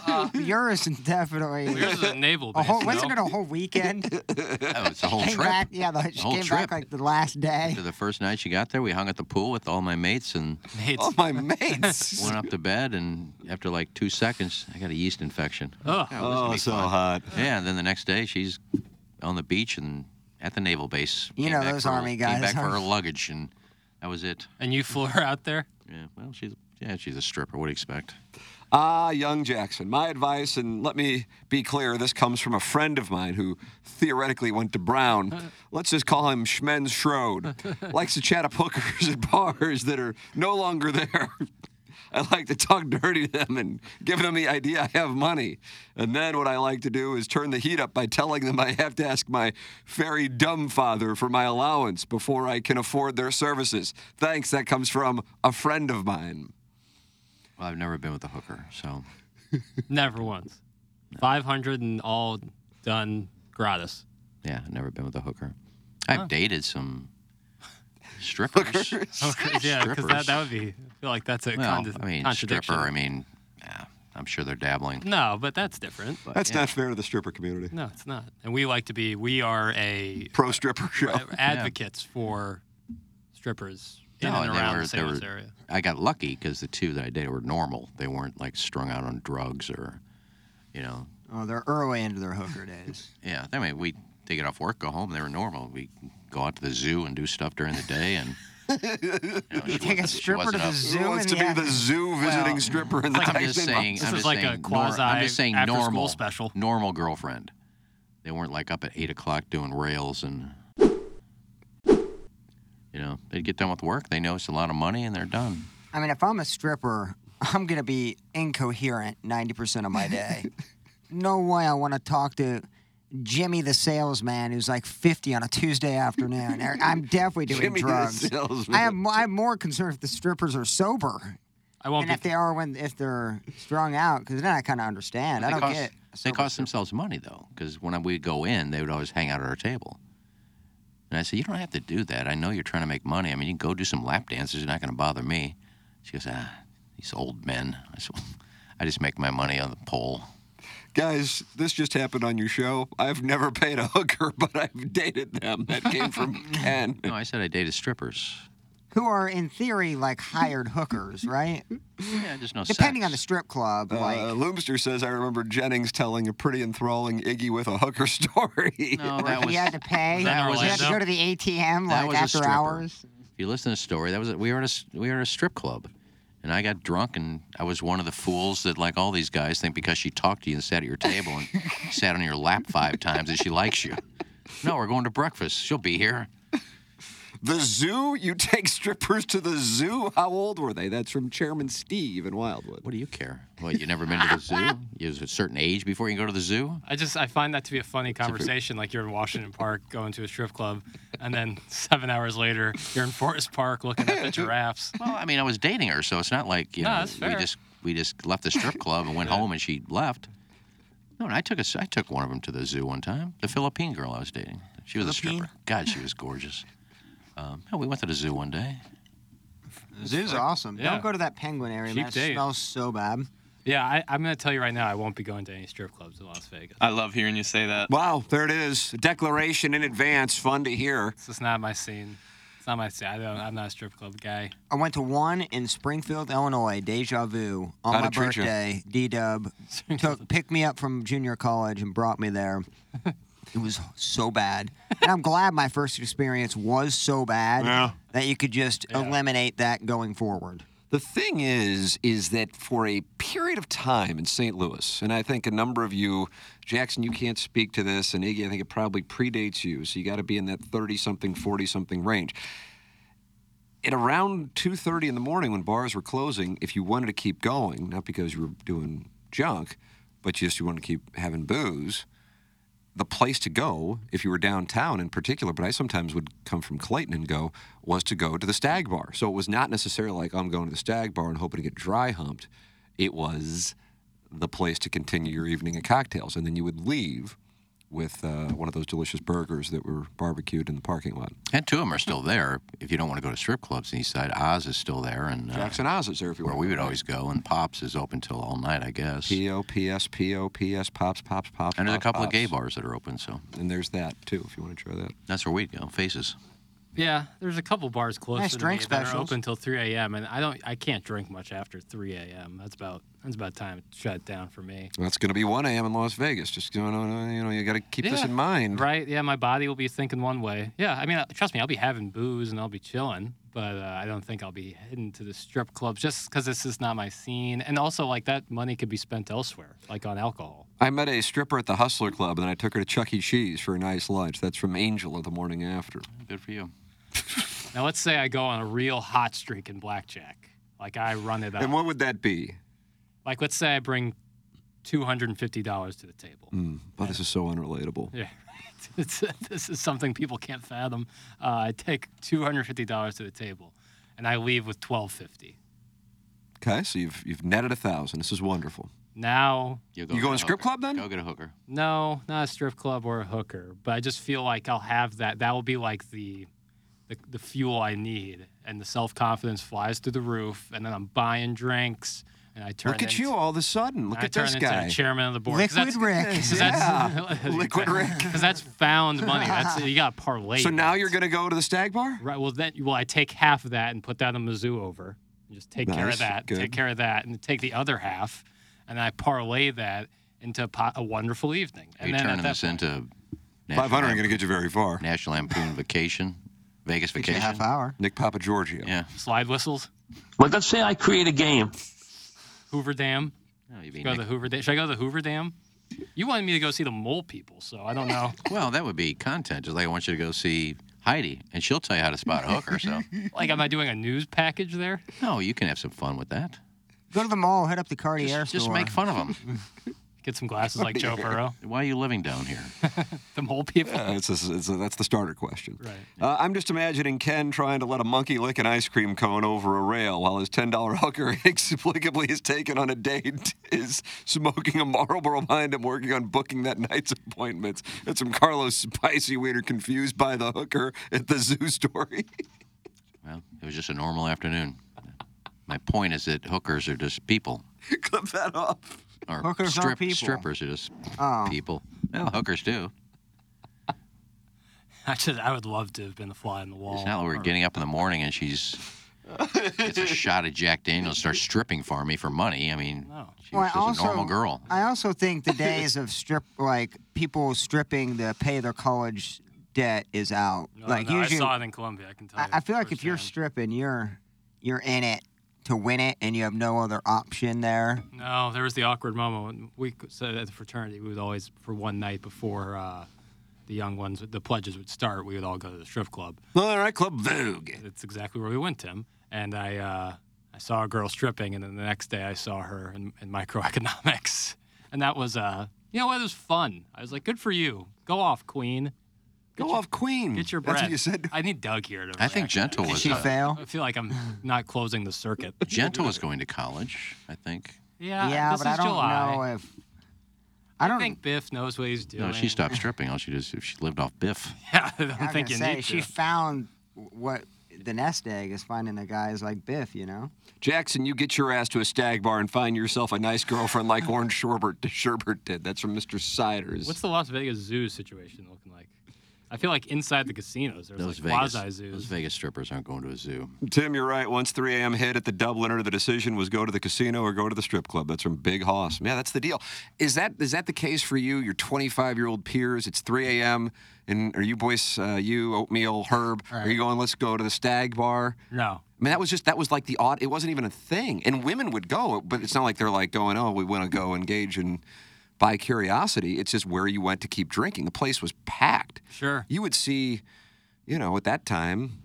Yours is definitely.
Yours is a naval
A whole,
base,
wasn't
no?
it a whole weekend?
oh, it's a whole
came
trip.
back, yeah, the, she
whole
came
trip.
back like the last day.
After the first night she got there, we hung at the pool with all my mates and
Mates.
All my mates.
went up to bed. And after like two seconds, I got a yeast infection.
Oh.
Yeah, it was gonna
Oh,
be
so
fun.
hot.
Yeah, and then the next day she's on the beach and at the naval base.
You
Came
know
back
those
for her-
army
Came
guys
back for
are-
her luggage, and that was it.
And you flew her out there.
Yeah, well, she's yeah, she's a stripper. What do you expect?
Ah, young Jackson. My advice, and let me be clear, this comes from a friend of mine who theoretically went to Brown. Let's just call him Schmenz Schroed. Likes to chat up hookers at bars that are no longer there. I like to talk dirty to them and give them the idea I have money. And then what I like to do is turn the heat up by telling them I have to ask my very dumb father for my allowance before I can afford their services. Thanks, that comes from a friend of mine.
Well, I've never been with a hooker, so
Never once. 500 and all done gratis.
yeah, I've never been with a hooker. I've dated some strippers.
yeah, because that,
Strippers.
that would be, I feel like that's a
well,
contra-
I mean,
contradiction.
stripper. I mean, yeah, I'm sure they're dabbling.
No, but that's different.
That's not fair to the stripper community.
No, it's not. And we like to be, we are a
Pro stripper show.
advocates for strippers in and
and they
around
were-
the
they
St. Louis
were-
area.
I got lucky because the two that I dated were normal. They weren't like strung out on drugs or, you know,
Oh, they're early into their hooker days.
yeah. I mean, we they get off work, go home. They were normal. We go out to the zoo and do stuff during the day, and
you take a stripper to
wasn't
the
up.
zoo.
Who
wants
in
to be
afternoon?
the zoo visiting stripper in the
I'm just
Tyson
saying.
House?
I'm
is
just
like a
saying nor- I'm just saying
quasi-after-school
normal
special.
Normal girlfriend. They weren't like up at eight o'clock doing rails and. You know, they get done with work. They know it's a lot of money, and they're done.
I mean, if I'm a stripper, I'm gonna be incoherent 90% of my day. no way I want to talk to Jimmy the salesman who's like 50 on a Tuesday afternoon. Or I'm definitely doing
Jimmy the
drugs.
salesman.
I am. I'm more concerned if the strippers are sober,
I won't
and
be
if they are when if they're strung out, because then I kind of understand. I
they
don't
cost,
get.
They cost themselves money though, because when we go in, they would always hang out at our table. And I said, "You don't have to do that. I know you're trying to make money. I mean, you can go do some lap dances. You're not going to bother me." She goes, "Ah, these old men." I said, well, "I just make my money on the pole."
Guys, this just happened on your show. I've never paid a hooker, but I've dated them. That came from Ken.
No, I said I dated strippers.
who are in theory like hired hookers, right?
Yeah, just no.
Depending
sex.
on the strip club, like
Uh, Loomster says, I remember Jennings telling a pretty enthralling Iggy with a hooker story.
No, that
you
was.
had to pay,
that
you had to
Orlando?
go to the ATM
That
like
was a
after
stripper.
hours.
If you listen to the story, that was we were at a, s- we were at a strip club, and I got drunk, and I was one of the fools that like all these guys think because she talked to you and sat at your table and sat on your lap five times that she likes you. No, we're going to breakfast. She'll be here.
The zoo? You take strippers to the zoo? How old were they? That's from Chairman Steve in Wildwood.
What do you care? Well, you never been to the zoo? You're a certain age before you can go to the zoo.
I just I find that to be a funny conversation. Like you're in Washington Park going to a strip club, and then seven hours later you're in Forest Park looking at the giraffes.
Well, I mean, I was dating her, so it's not like you
No,
know
that's fair.
we just we just left the strip club and went home and she left. No, and I took a s I took one of them to the zoo one time. The Philippine girl I was dating. She was a stripper. God, she was gorgeous. Um, no, we went to the zoo one day.
Zoo's awesome.
yeah.
Don't go to that penguin area.
Cheap
man. It
date.
smells so bad.
Yeah, I, I'm gonna tell you right now, I won't be going to any strip clubs in Las Vegas.
I love hearing you say that.
Wow, there it is. A declaration in advance. Fun to hear.
It's just not my scene. It's not my scene. I don't, I'm not a strip club guy.
I went to one in Springfield, Illinois, Deja Vu, on
How'd
my
it treat ya?
birthday. D Dub took picked me up from junior college and brought me there. It was so bad, and I'm glad my first experience was so bad that you could just eliminate that going forward.
The thing is, is that for a period of time in St. Louis, and I think a number of you, Jackson, you can't speak to this, and Iggy, I think it probably predates you, so you got to be in that 30 something, 40 something range. At around 2:30 in the morning, when bars were closing, if you wanted to keep going, not because you were doing junk, but just you wanted to keep having booze, the place to go, if you were downtown in particular, but I sometimes would come from Clayton and go, was to go to the stag bar. So it was not necessarily like I'm going to the stag bar and hoping to get dry humped. It was the place to continue your evening of cocktails. And then you would leave with uh, one of those delicious burgers that were barbecued in the parking lot.
And two of them are still there. If you don't want to go to strip clubs in East Side, Oz is still there, and uh,
Jackson Oz is there if you
where
want.
we would always go. And Pops is open till all night, I guess.
P O P S P O P S pops pops pops.
and there's a
pops,
couple of gay
pops.
bars that are open, so
And there's that too, if you want to try that.
that's where we'd go. Faces.
Yeah, there's a couple bars close
Nice
to
drink
me that are
specials.
open until 3 a.m. and I don't I can't drink much after 3 a.m. That's about that's about time to shut down for me.
Well, it's going to be 1 a.m. in Las Vegas. Just going on, you know, you got to keep this
Yeah.
in mind.
Right? Yeah, my body will be thinking one way. Yeah, I mean, uh, trust me, I'll be having booze and I'll be chilling, but uh, I don't think I'll be heading to the strip clubs just because this is not my scene. And also, like that money could be spent elsewhere, like on alcohol.
I met a stripper at the Hustler Club, and then I took her to Chuck E. Cheese for a nice lunch. That's from Angel of the Morning After.
Good for you.
Now, let's say I go on a real hot streak in blackjack, like I run it up.
And what would that be?
like, let's say I bring two hundred and fifty dollars to the table.
Mm, oh, this is so unrelatable.
Yeah. It's, this is something people can't fathom. Uh, I take two hundred fifty dollars to the table, and I leave with twelve fifty.
Okay, so you've you've netted a thousand. This is wonderful.
Now
you going strip club then?
Go get a hooker.
No, not a strip club or a hooker, but I just feel like I'll have that. That will be like the, the, the fuel I need, and the self confidence flies through the roof. And then I'm buying drinks, and I turn.
Look at
into-
you all of a sudden. Look
I
at
turn
this
into
guy.
the chairman of the board. 'Cause
Liquid
that's-
Rick.
'cause
Yeah. Liquid Rick.
Because that's found money. That's you got to parlay.
So
that.
now you're gonna go to the stag bar?
Right. Well, then, well, I take half of that and put that on Mizzou over. And just take care
Nice,
of that.
good.
Take care of that, and take the other half, and I parlay that into a, po- a wonderful evening.
Are
And
you
then at
turning
that
this into
Five hundred ain't gonna get you very far.
National Lampoon Vacation, Vegas Vacation?
half hour.
Nick Papa Giorgio.
Yeah.
slide whistles,
But let's say I create a game.
Hoover Dam.
No, you
Should
mean
go to the Hoover Dam. Should I go to the Hoover Dam? You wanted me to go see the mole people, so I don't know.
Well, that would be content. Just like I want you to go see Heidi, and she'll tell you how to spot a hooker. So,
like, am I doing a news package there?
no, you can have some fun with that.
Go to the mall, hit up the Cartier
Just
store.
make fun of them.
Get some glasses like Joe Burrow.
Why are you living down here?
The mole people.
Yeah, it's a, it's a, that's the starter question.
Right.
Uh, I'm just imagining Ken trying to let a monkey lick an ice cream cone over a rail while his $10 hooker inexplicably is taken on a date, is smoking a Marlboro behind him, working on booking that night's appointments. That's some Carlos Spicy Wiener confused by the hooker at the zoo story.
Well, it was just a normal afternoon. My point is that hookers are just people.
Clip that up.
Or
Hookers aren't people.
Strippers are just
Oh.
people. Well, hookers do.
I just, I would love to have been the fly on the wall.
It's not like we're getting up in the morning and she's gets a shot at Jack Daniels, starts stripping for me for money. I mean,
No.
she was just a normal girl.
I also think the days of strip, like people stripping to pay their college debt, is out.
No,
like
no,
usually,
I saw it in Colombia. I can tell
I,
you.
I feel like if you're
firsthand.
stripping, you're you're in it to win it, and you have no other option there.
No, there was the awkward moment when we said at the fraternity we would always for one night before uh, the young ones the pledges would start we would all go to the strip club.
All right, Club Vogue.
That's exactly where we went, Tim. And I uh, I saw a girl stripping, and then the next day I saw her in, in microeconomics, and that was uh you know what it was fun. I was like, good for you, go off, queen,
Go off Queen.
get your bread.
That's what you said.
I need Doug here to.
I
react
think
to that.
Gentle was
She
uh,
fail.
I feel like I'm not closing the circuit.
Gentle was going to college. I think.
Yeah,
yeah,
this
but
is
I don't
July.
know if I don't.
I think Biff knows what he's doing.
No, she stopped stripping. All she does is she lived off Biff.
Yeah, I don't
I was
think you
gonna say
need
she
to.
found what the nest egg is finding the guys like Biff. You know,
Jackson, you get your ass to a stag bar and find yourself a nice girlfriend like Orange Sherbert, Sherbert did. That's from Mr. Siders.
What's the Las Vegas Zoo situation looking like? I feel like inside the casinos, there's
Those
like
Vegas,
quasi
those
zoos.
Vegas strippers aren't going to a zoo.
Tim, you're right. Once 3 a.m. hit at the Dubliner, the decision was go to the casino or go to the strip club. That's from Big Hoss. Yeah, that's the deal. Is that is that the case for you? Your 25 year old peers. It's 3 a.m. and are you boys, uh, you oatmeal, Herb? Are you going? Let's go to the Stag Bar.
No.
I mean, that was just that was like the odd. It wasn't even a thing, and women would go, but it's not like they're like going, oh, we want to go engage in by curiosity. It's just where you went to keep drinking. The place was packed.
Sure.
You would see, you know, at that time,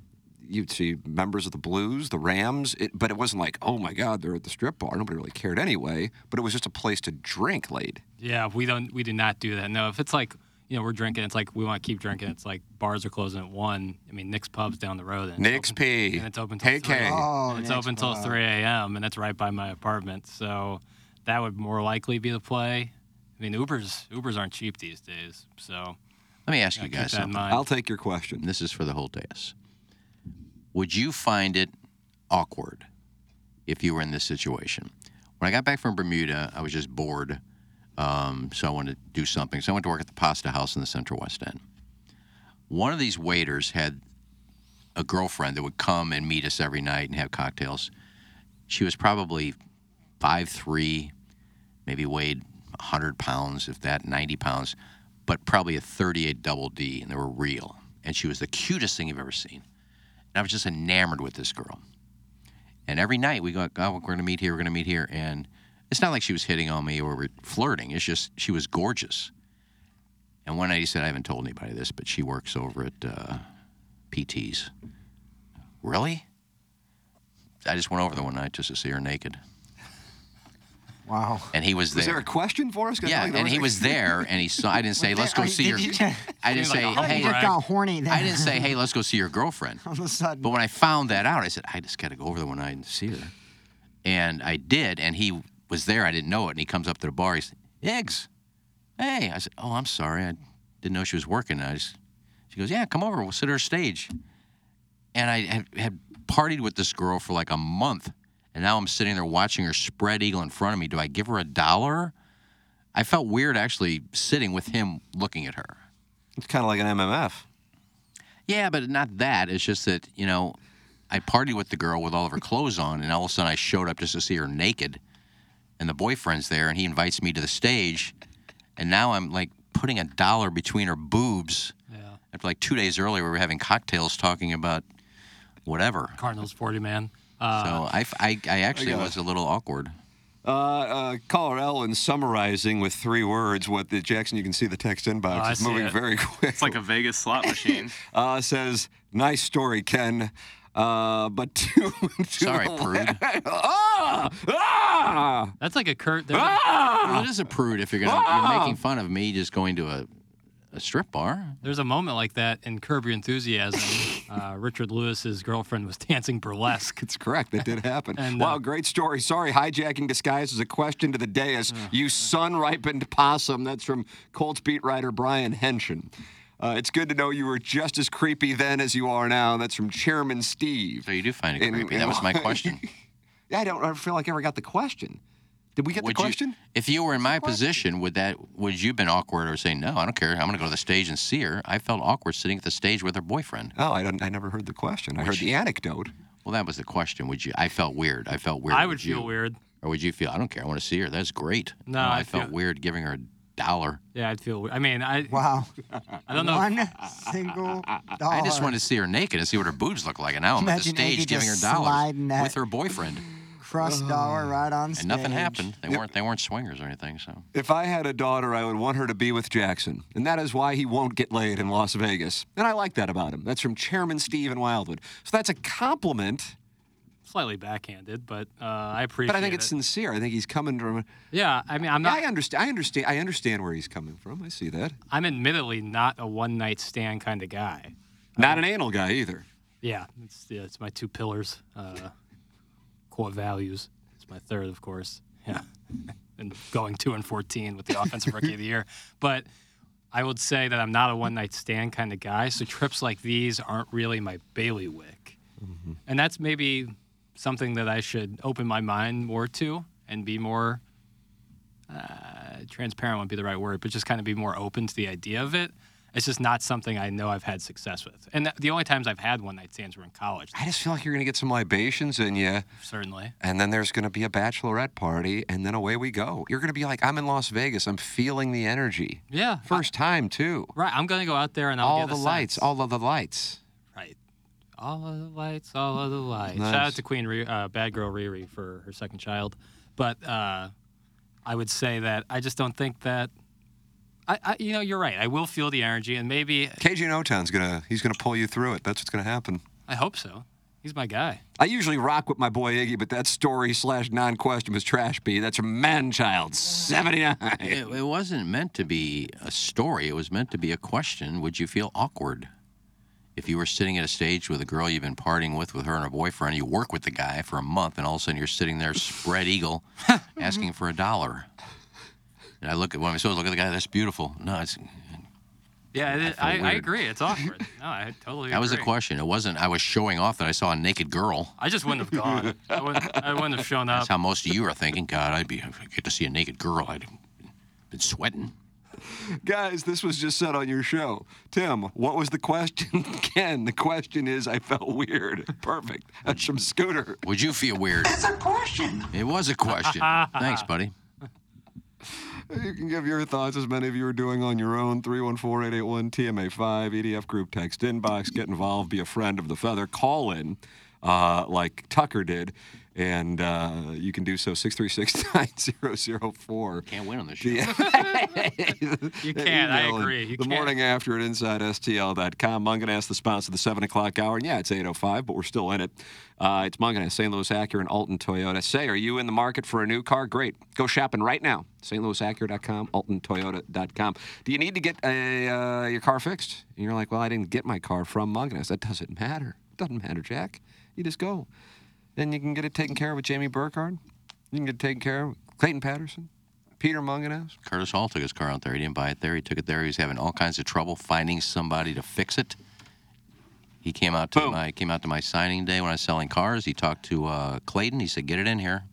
you'd see members of the Blues, the Rams, it, but it wasn't like, oh my God, they're at the strip bar. Nobody really cared anyway. But it was just a place to drink late.
Yeah, we don't. We do not do that. No, if it's like you know we're drinking, it's like we want to keep drinking. It's like bars are closing at one. I mean, Nick's Pub's down the road. And it's
Nick's
open-
P.
And it's open till
Hey,
three.
Kay.
Oh,
And it's
Nick's
open till
Pub.
three a.m. and that's right by my apartment. So that would more likely be the play. I mean, Ubers Ubers aren't cheap these days. So
Let me ask you
keep
guys
that in
something.
mind.
I'll take your question.
and this is for the whole dais. Would you find it awkward if you were in this situation? When I got back from Bermuda, I was just bored, um, so I wanted to do something. So I went to work at the pasta house in the Central West End. One of these waiters had a girlfriend that would come and meet us every night and have cocktails. She was probably five three, maybe weighed 100 pounds, if that, 90 pounds, but probably a 38 double D, and they were real. And she was the cutest thing you've ever seen. And I was just enamored with this girl. And every night we go, oh, we're going to meet here, we're going to meet here. And it's not like she was hitting on me or we're flirting. It's just she was gorgeous. And one night he said, I haven't told anybody this, but she works over at uh, PT's. Really? I just went over there one night just to see her naked.
Wow.
And he was there.
Was there a question for us? 'Cause I
yeah,
feel like
and he
like-
was there, and he saw. I didn't say, "Let's go
I-
see
did
your."
you-
I didn't
Seems like
say,
a humble
"Hey."
brag. Just got horny then.
I didn't say, "Hey, let's go see your girlfriend."
All of a sudden.
But when I found that out, I said, "I just got to go over there one night and see her," and I did. And he was there. I didn't know it, and he comes up to the bar. He said, "Eggs, hey." I said, "Oh, I'm sorry. I didn't know she was working." I just, she goes, "Yeah, come over. We'll sit at her stage." And I had, had partied with this girl for like a month, and now I'm sitting there watching her spread eagle in front of me. Do I give her a dollar? I felt weird actually sitting with him looking at her.
It's kind of like an MMF.
Yeah, but not that. It's just that, you know, I partied with the girl with all of her clothes on, and all of a sudden I showed up just to see her naked, and the boyfriend's there, and he invites me to the stage, and now I'm like putting a dollar between her boobs. Yeah. After like two days earlier, we were having cocktails talking about whatever.
Cardinals 40 man. Uh,
so I, f- I- I actually
I got
was a little awkward.
Uh, uh, caller Ellen summarizing with three words what the Jackson. You can see the text inbox.
I
it's
see
moving
it.
very quick. It's
like a Vegas slot machine.
Uh, says nice story, Ken. Uh, but two.
Sorry, prude.
ah, ah!
That's like a Kurt.
Ah!
Well, it is a prude if you're gonna
Ah!
you're making fun of me just going to a, a strip bar.
There's a moment like that in Curb Your Enthusiasm. uh, Richard Lewis's girlfriend was dancing burlesque.
It's correct. That did happen.
And,
uh,
wow, great story. Sorry, hijacking disguise is a question to the dais. you sun ripened possum. That's from Colts beat writer Brian Henshin. Uh, it's good to know you were just as creepy then as you are now. That's from Chairman Steve. So
you do find it creepy. That was my question.
yeah, I don't I feel like I ever got the question. Did we get
Would
the
you-
question?
if you were in my position, would that would you been awkward or say no? I don't care. I'm going to go to the stage and see her. I felt awkward sitting at the stage with her boyfriend.
Oh, I don't. I never heard the question. I heard the anecdote.
Well, that was the question. Would you? I felt weird. I felt weird.
I would
Would you?
feel weird.
Or would you feel? I don't care. I want to see her. That's great.
No,
I,
I
felt
feel-
weird giving her a dollar.
Yeah, I'd feel weird. I mean, I.
Wow.
I don't know.
One single dollar.
I just wanted to see her naked and see what her boobs look like. And now I'm at the
Imagine Iggy
stage giving her
just
dollars
sliding that
with her boyfriend,
Cross dollar right on stage.
and nothing happened. They weren't they weren't swingers or anything. So
If I had a daughter, I would want her to be with Jackson, and that is why he won't get laid in Las Vegas. And I like that about him. That's from Chairman Steve in Wildwood. So that's a compliment,
Slightly backhanded, but uh, I appreciate
but I think it's
it.
sincere. I think he's coming from.
Yeah, I mean, I'm
Yeah,
not.
I understand. I understand. I understand where he's coming from. I see that.
I'm admittedly not a one night stand kind of guy.
Not an anal guy either.
Yeah, it's, yeah, it's my two pillars, uh, core values. It's my third, of course. Yeah, and going two and fourteen with the offensive rookie of the year. But I would say that I'm not a one night stand kind of guy. So trips like these aren't really my bailiwick, and that's maybe something that I should open my mind more to and be more uh, transparent. Would be the right word, but just kind of be more open to the idea of it. It's just not something I know I've had success with. And th- the only times I've had one night stands were in college,
I just feel like you're going to get some libations in you,
certainly.
and then there's going to be a bachelorette party, and then away we go. You're going to be like, I'm in Las Vegas. I'm feeling the energy.
Yeah.
First time too.
Right. I'm going to go out there and I'll
all
get
the
a
lights.
sense.
All of the lights.
Right. All of the lights, all of the lights.
Nice.
Shout out to Queen Ri- uh, Bad Girl Riri for her second child. But uh, I would say that I just don't think that. I, I, you know, you're right. I will feel the energy, and maybe
KJ Notown's gonna he's gonna pull you through it. That's what's gonna happen.
I hope so. He's my guy.
I usually rock with my boy Iggy, but that story slash non question was trash B. That's a man child, 79.
it, it wasn't meant to be a story. It was meant to be a question. Would you feel awkward if you were sitting at a stage with a girl you've been partying with, with her and her boyfriend? You work with the guy for a month, and all of a sudden you're sitting there, spread eagle, asking for a dollar. And I look at one of my so look at the guy. That's beautiful. No, it's
Yeah, it,
I
I,
feel
I,
weird.
agree. It's awkward. No, I totally.
that was the
agree.
question. It wasn't. I was showing off that I saw a naked girl.
I just wouldn't have gone. I wouldn't, I wouldn't have shown up.
That's how most of you are thinking. God, I'd be if I get to see a naked girl. I'd been sweating.
Guys, this was just said on your show. Tim, what was the question? Ken, the question is I felt weird. Perfect. That's from Scooter.
Would you feel weird?
That's a question.
It was a question. Thanks, buddy.
You can give your thoughts as many of you are doing on your own. 314 881 TMA5, EDF E group text inbox. Get involved, be a friend of the feather. Call in uh, like Tucker did, and uh, you can do so 636 9004. Can't win on this show.
You can't. I agree. You
the
can't.
morning after at InsideSTL.com. Mungan asked the sponsor of the 7 o'clock hour, and yeah, it's 8.05, but we're still in it. Uh, it's Mungan at St. Louis Acura and Alton Toyota. Say, are you in the market for a new car? Great. Go shopping right now. stlouisacura.com, altontoyota.com. Do you need to get a, uh, your car fixed? And you're like, well, I didn't get my car from Mungan. That doesn't matter. It doesn't matter, Jack. You just go. Then you can get it taken care of with Jamie Burkhardt. You can get it taken care of with Clayton Patterson, Peter Munganess.
Curtis Hall took his car out there. He didn't buy it there. He took it there. He was having all kinds of trouble finding somebody to fix it. He came out to my came out to my signing day when I was selling cars. He talked to uh, Clayton. He said, "Get it in here."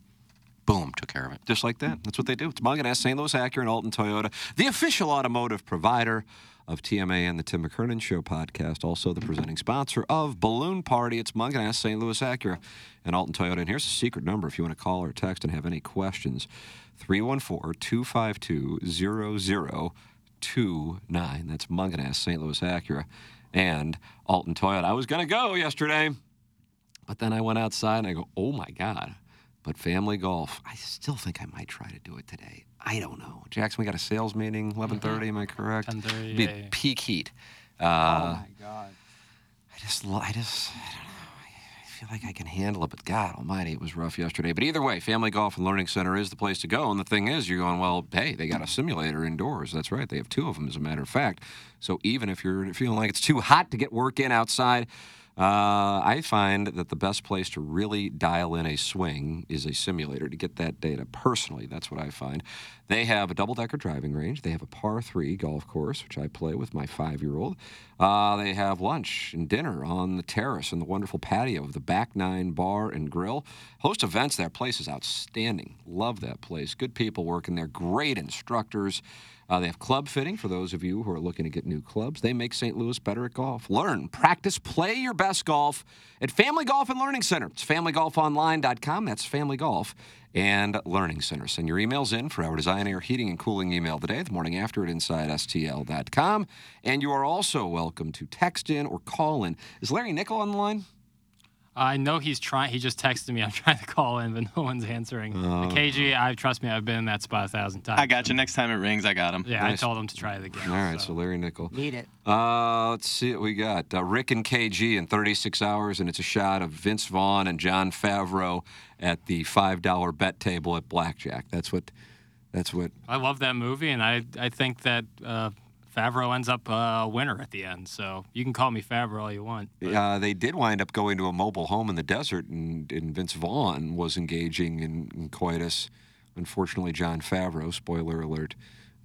Boom, took care of it.
Just like that. That's what they do. It's Mungan S. St. Louis Acura and Alton Toyota, the official automotive provider of TMA and the Tim McKernan Show podcast, also the presenting sponsor of Balloon Party. It's Mungan S. St. Louis Acura and Alton Toyota. And here's the secret number if you want to call or text and have any questions 314 252 0029. That's Mungan S. St. Louis Acura and Alton Toyota. I was going to go yesterday, but then I went outside and I go, oh my God. But family golf, I still think I might try to do it today. I don't know. Jackson, we got a sales meeting, 11:30. Am I correct?
10:30,
Be
Mm-hmm. yeah, yeah.
peak heat. Uh,
God.
I just, lo- I just, I don't know. I- I feel like I can handle it, but God Almighty, it was rough yesterday. But either way, Family Golf and Learning Center is the place to go. And the thing is, you're going, well, hey, they got a simulator indoors. That's right. They have two of them, as a matter of fact. So even if you're feeling like it's too hot to get work in outside. Uh, I find that the best place to really dial in a swing is a simulator to get that data personally. That's what I find. They have a double decker driving range. They have a par three golf course, which I play with my five year old. Uh, they have lunch and dinner on the terrace and the wonderful patio of the Back Nine Bar and Grill. Host events there. Place is outstanding. Love that place. Good people working there, great instructors. Uh, they have club fitting for those of you who are looking to get new clubs. They make St. Louis better at golf. Learn, practice, play your best golf at Family Golf and Learning Center. It's familygolfonline.com. That's Family Golf and Learning Center. Send your emails in for our design, air, heating, and cooling email today, the morning after at InsideSTL.com. And you are also welcome to text in or call in. Is Larry Nickel on the line?
I know he's trying. He just texted me. I'm trying to call in, but no one's answering.
Oh.
The KG, I trust me. I've been in that spot a thousand times.
I got you. Next time it rings, I got him.
Yeah, I told him to try it again.
All right, so, Larry Nickel.
Need it.
Uh, let's see what we got. Uh, Rick and KG in 36 hours, and it's a shot of Vince Vaughn and John Favreau at the $5 bet table at blackjack. That's what. That's what.
I love that movie, and I, I think that uh, Favreau ends up uh, a winner at the end. So you can call me Favreau all you want.
Uh, they did wind up going to a mobile home in the desert, and, and Vince Vaughn was engaging in, in coitus. Unfortunately, John Favreau, spoiler alert,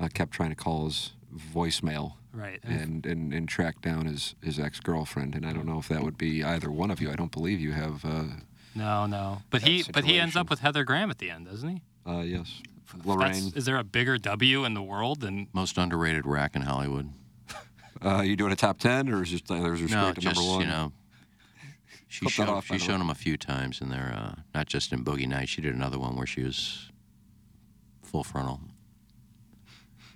uh, kept trying to call his voicemail
Right.
and, and, and track down his, his ex girlfriend. And I don't know if that would be either one of you. I don't believe you have. Uh,
No, no. But he but he ends up with Heather Graham at the end, doesn't he?
Uh, yes.
That's- Is there a bigger W in the world than
Most underrated rack in Hollywood.
Uh, you doing a top ten, or is just uh, there's
no,
respect to
just
number one?
you know, she
Clip that
showed,
off, by
she's
the way.
shown him a few times in there. Uh, not just in Boogie Nights. She did another one where she was full frontal.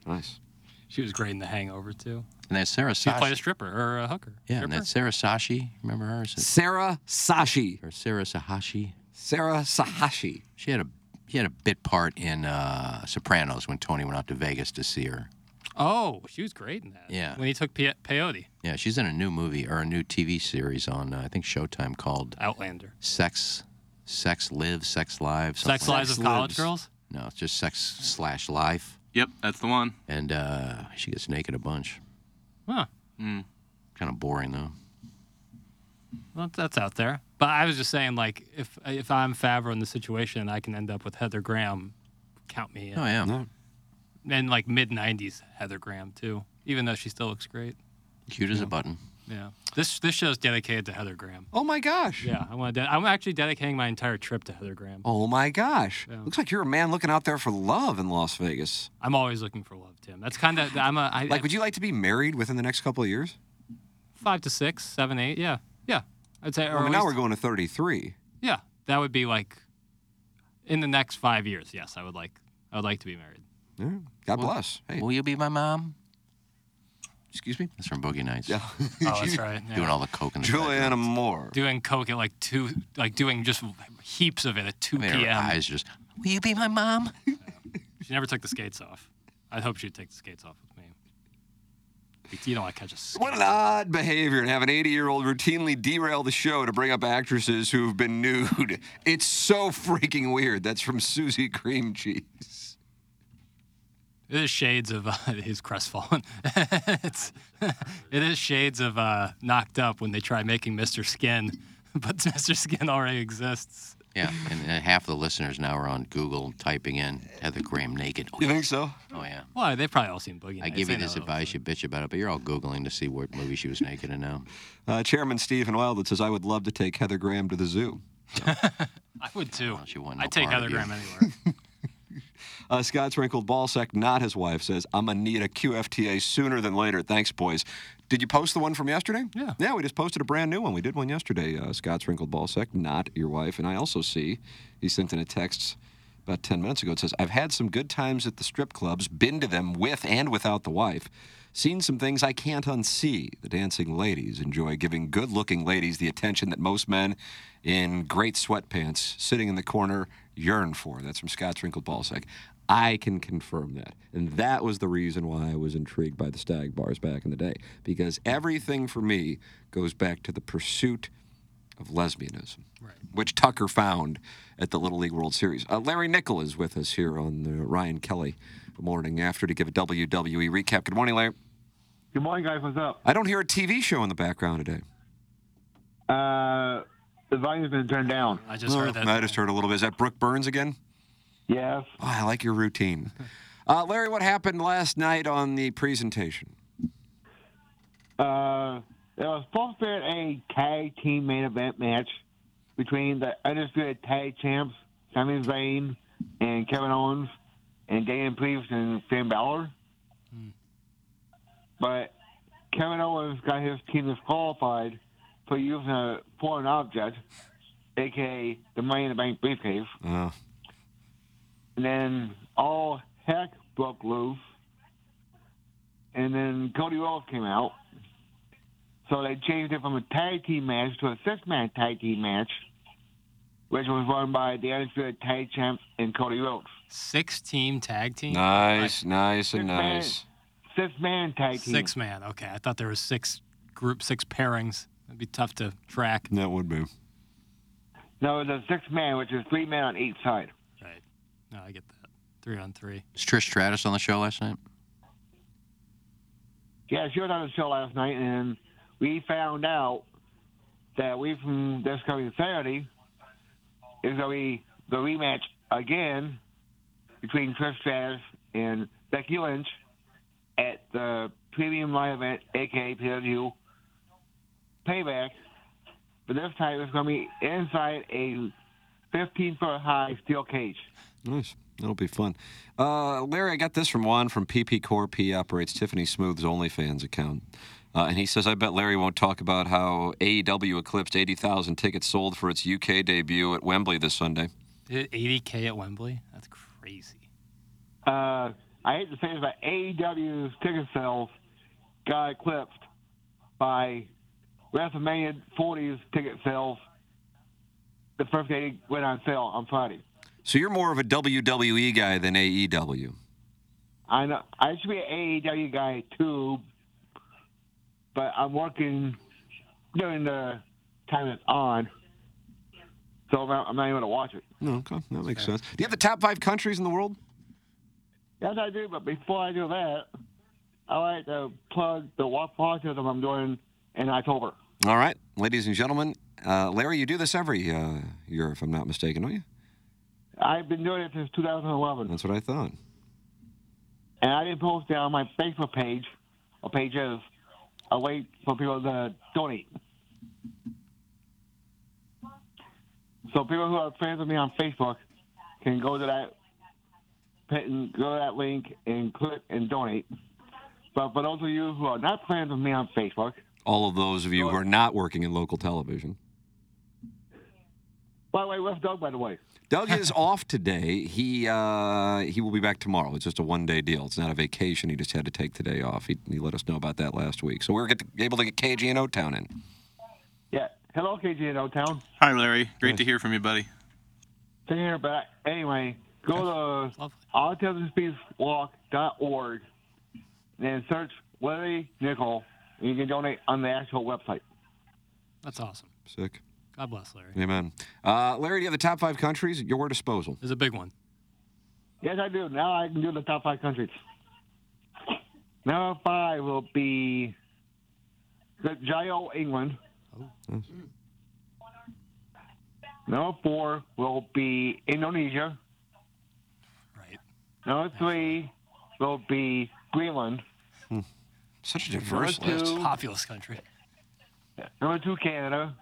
Nice.
she was great in The Hangover too?
And that Sarah
She played a
Sashi.
stripper or a hooker.
Yeah, and that Sarah Sashi. Remember her? Is it-
Sarah Sashi.
Or Sarah Sahashi.
Sarah Sahashi.
She had a she had a bit part in uh, Sopranos when Tony went out to Vegas to see her.
Oh, she was great in that.
Yeah.
When he took pe- peyote.
Yeah, she's in a new movie or a new TV series on uh, I think Showtime called
Outlander.
Sex, Sex Live, Sex Live.
Sex
something like
Lives
that.
of College Girls?
No, it's just Sex slash Life,
Yep, that's the one.
and uh, she gets naked a bunch.
Huh.
Mm.
Kind of boring though.
Well, that's out there. But I was just saying, like, if if I'm Favreau in the situation, I can end up with Heather Graham. Count me in.
Oh yeah.
And like mid '90s Heather Graham too, even though she still looks great.
Cute as a button.
Yeah. This this show's dedicated to Heather Graham.
Oh my gosh.
Yeah, I want to. I'm actually dedicating my entire trip to Heather Graham.
Oh my gosh. Looks like you're a man looking out there for love in Las Vegas.
I'm always looking for love, Tim. That's kind of I'm a I,
Like, would you like to be married within the next couple of years?
five to six, seven, eight. Yeah, yeah. I'd say.
Well,
or
I mean,
at
now
least-
we're going to 33.
Yeah, that would be like in the next five years. Yes, I would like. I would like to be married.
God
Will-
bless. Hey.
Will you be my mom?
Excuse me?
That's from Boogie Nights.
Yeah.
Oh, that's right.
Doing
yeah.
all the coke in the
Juliana Moore.
Doing coke at like two, like doing just heaps of it at 2
mean, her
p.m.
eyes just. Will you be my mom?
She never took the skates off. I hope she'd take the skates off with me. You know, I catch a skate.
What an odd behavior to have an 80 year old routinely derail the show to bring up actresses who've been nude. It's so freaking weird. That's from Susie Cream Cheese.
It is shades of uh, his crestfallen. it's, it is shades of uh, knocked up when they try making Mr. Skin, but Mr. Skin already exists.
Yeah, and, and half the listeners now are on Google typing in Heather Graham naked. Oh,
You think so?
Oh yeah.
Why? They've probably all seen Boogie.
I
Nights.
give you
They
this
know.
advice, you bitch about it, but you're all Googling to see what movie she was naked in now.
Uh, Chairman Stephen Wild says, I would love to take Heather Graham to the zoo.
I would too.
wouldn't
I
know
take
part
Heather
of you.
Graham anywhere.
Uh, Scott's wrinkled ballsack, not his wife, says, I'm going to need a QFTA sooner than later. Thanks, boys. Did you post the one from yesterday? Yeah. Yeah, we just posted a brand new one. We did one yesterday. Uh, Scott's wrinkled ballsack, not your wife. And I also see he sent in a text about 10 minutes ago. It says, I've had some good times at the strip clubs, been to them with and without the wife. Seen some things I can't unsee. The dancing ladies enjoy giving good looking ladies the attention that most men in great sweatpants sitting in the corner yearn for. That's from Scott's Wrinkled Ballsack. I can confirm that. And that was the reason why I was intrigued by the stag bars back in the day, because everything for me goes back to the pursuit of lesbianism, which Tucker found at the Little League World Series. Uh, Larry Nickel is with us here on the Ryan Kelly morning after to give a WWE recap. Good morning, Larry.
Good morning, guys. What's up?
I don't hear a TV show in the background today.
Uh, the volume's been turned down.
Oh,
I
I just heard a little bit. Is that Brooke Burns again?
Yes.
Oh, I like your routine. Uh, Larry, what happened last night on the presentation?
Uh, there was supposed to be a tag team main event match between the undisputed tag champs Sami Zayn and Kevin Owens and Damian Priest and Finn Balor. But Kevin Owens got his team disqualified for using a foreign object, aka the Money in the Bank briefcase.
Oh.
And then all heck broke loose. And then Cody Rhodes came out. So they changed it from a tag team match to a six man tag team match, which was run by the Undisputed Tag Champs and Cody Rhodes.
Six team tag team.
Nice, nice, and
Good man.
nice.
Six man tag team.
Six man. Okay, I thought there was six group, six pairings. That'd be tough to track.
That would be.
No, it's a six man, which is three men on each side.
Right. No, I get that. Three on three.
Was Trish Stratus on the show last night?
Yeah, she was on the show last night, and we found out that we from this coming Saturday is going to be the rematch again between Trish Stratus and Becky Lynch at the Premium Live event, aka PW Payback. But this time it's going to be inside a 15 foot high steel cage.
Nice. That'll be fun. Uh, Larry, I got this from Juan from PP Core. P operates Tiffany Smooth's OnlyFans account. Uh, and he says, I bet Larry won't talk about how AEW eclipsed 80,000 tickets sold for its UK debut at Wembley this Sunday.
Did it 80k at Wembley? That's crazy.
uh, I hate to say this, but AEW's ticket sales got eclipsed by WrestleMania 40's ticket sales the first day it went on sale on Friday.
So you're more of a WWE guy than E AEW.
I know I should be an AEW guy too, but I'm working during the time it's on, so I'm not, I'm not able to watch it.
No, okay. That makes sense. Do you have the top five countries in the world?
Yes, I do. But before I do that, I like to plug the Walk for Autism I'm doing in October.
All right. Ladies and gentlemen, uh, Larry, you do this every uh, year, if I'm not mistaken, don't you?
I've been doing it since 2011.
That's what I thought.
And I didn't post it on my Facebook page or pages. I wait for people to donate. So people who are friends with me on Facebook can go to that can go to that link and click and donate. But for those of you who are not friends with me on Facebook,
All of those of you who are not working in local television.
By the way, where's Doug? By the way,
Doug is off today. He uh, he will be back tomorrow. It's just a one day deal. It's not a vacation. He just had to take the day off. He, he let us know about that last week. So we are able to get KG and O Town in.
yeah. Hello, KG in O Town.
Hi, Larry. Great to hear from you, buddy.
Take care, but anyway, go to autismspeechwalk.org and search Larry Nickel, and you can donate on the actual website.
That's awesome.
Sick.
God bless Larry.
Amen. Uh, Larry, do you have the top five countries at your disposal?
There's a big one.
Yes, I do. Now I can do the top five countries. Number five will be the Gio, England. Number four will be Indonesia. Right. Number three will be Greenland.
Such a
diverse Number list. two.
Populous country.
Number two, Canada.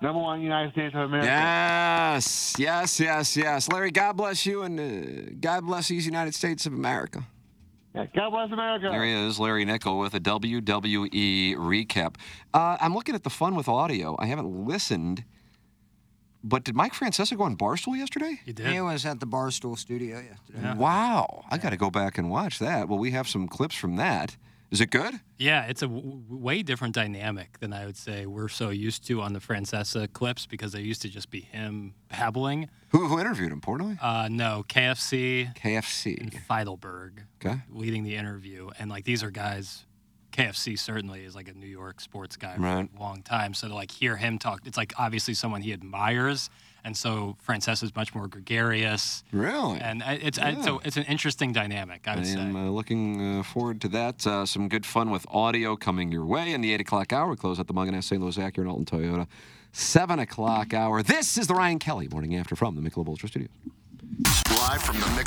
Number one, United States of America.
Yes, yes, yes, yes. Larry, God bless you and uh, God bless these United States of America.
God bless America.
There he is, Larry Nickel with a WWE recap. Uh, I'm looking at the fun with audio. I haven't listened, but did Mike Francesa go on Barstool yesterday?
He
He was at the Barstool studio yesterday.
Wow. I got to go back and watch that. Well, we have some clips from that. Is it good?
Yeah, it's a w- w- way different dynamic than I would say we're so used to on the Francesa clips because they used to just be him babbling.
Who, who interviewed him, Portnoy?
Uh, no, KFC
KFC.
and Feidelberg
Okay.
leading the interview. And like these are guys, KFC certainly is like a New York sports guy for
Right.
a long time. So to like hear him talk, it's like obviously someone he admires. And so Francesa is much more gregarious.
Really?
And I- it's, I- so it's an interesting dynamic, I would
I
say.
am uh, looking uh, forward to that. Uh, some good fun with audio coming your way in the 8 o'clock hour. Close at the Mungan S. St. Louis Acura and Alton Toyota. 7 o'clock hour. This is the Ryan Kelly Morning After from the Michelob Ultra Studios.
Live from the